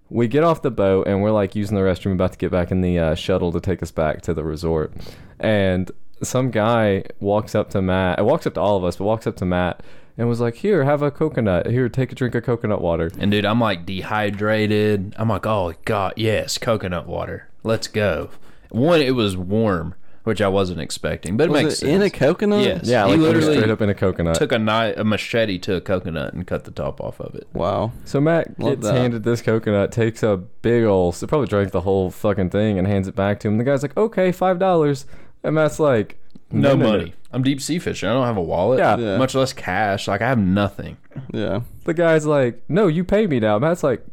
we get off the boat and we're like using the restroom, about to get back in the uh, shuttle to take us back to the resort, and some guy walks up to Matt, walks up to all of us, but walks up to Matt and was like, "Here, have a coconut. Here, take a drink of coconut water." And dude, I'm like dehydrated. I'm like, oh god, yes, coconut water. Let's go. One, it was warm, which I wasn't expecting, but it Was makes it in a sense. coconut? Yes. Yeah, He like literally straight up in a coconut. Took a knife, a machete to a coconut and cut the top off of it. Wow. So Matt Love gets that. handed this coconut, takes a big ol' so probably drank the whole fucking thing, and hands it back to him. The guy's like, "Okay, five dollars," and Matt's like, No, money. I'm deep sea fishing. I don't have a wallet. Yeah. Yeah. Much less cash. Like I have nothing. Yeah. The guy's like, "No, you pay me now." Matt's like,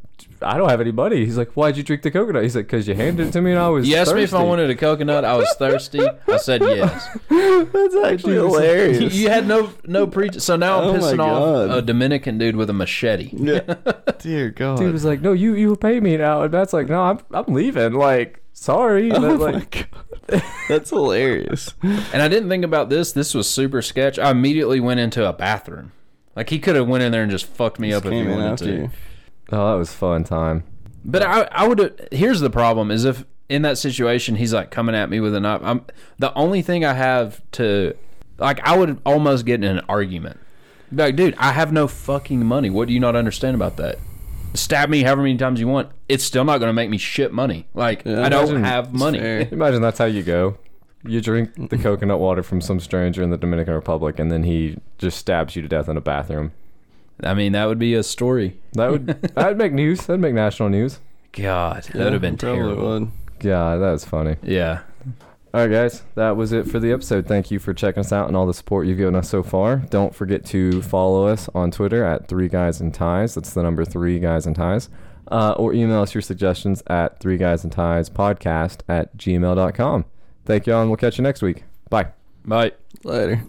"I don't have any money." He's like, "Why'd you drink the coconut?" He's like, "Cause you handed it to me, and I was You asked me if I thirsty." wanted a coconut. I was thirsty. I said yes. That's actually hilarious. you had no no pre. So now I'm Oh my pissing off God. a Dominican dude with a machete. yeah. Dear God. Dude was like, "No, you you pay me now," and Matt's like, "No, I'm I'm leaving." Like, sorry, but Oh like, my god. That's hilarious. And I didn't think about this. This was super sketch. I immediately went into a bathroom. Like he could have went in there and just fucked me up if he Came in wanted after to. you. oh, that was a fun time. But I I would. Here's the problem: is if in that situation he's like coming at me with a knife. I'm the only thing I have to like. I would almost get in an argument. Be Like, dude, I have no fucking money. What do you not understand about that? Stab me however many times you want. It's still not going to make me shit money. Like Yeah, I don't imagine- have money. fair. Imagine that's how you go. You drink the coconut water from some stranger in the Dominican Republic, and then he just stabs you to death in a bathroom. I mean, that would be a story. That would that'd make news. That'd make national news. God, that would have been Probably terrible. would. Yeah, that was funny. Yeah. All right, guys, that was it for the episode. Thank you for checking us out and all the support you've given us so far. Don't forget to follow us on Twitter at Three Guys and Ties. That's the number Three Guys and Ties. uh, or email us your suggestions at three guys and ties podcast at gmail.com. Thank y'all, and we'll catch you next week. Bye. Bye. Later.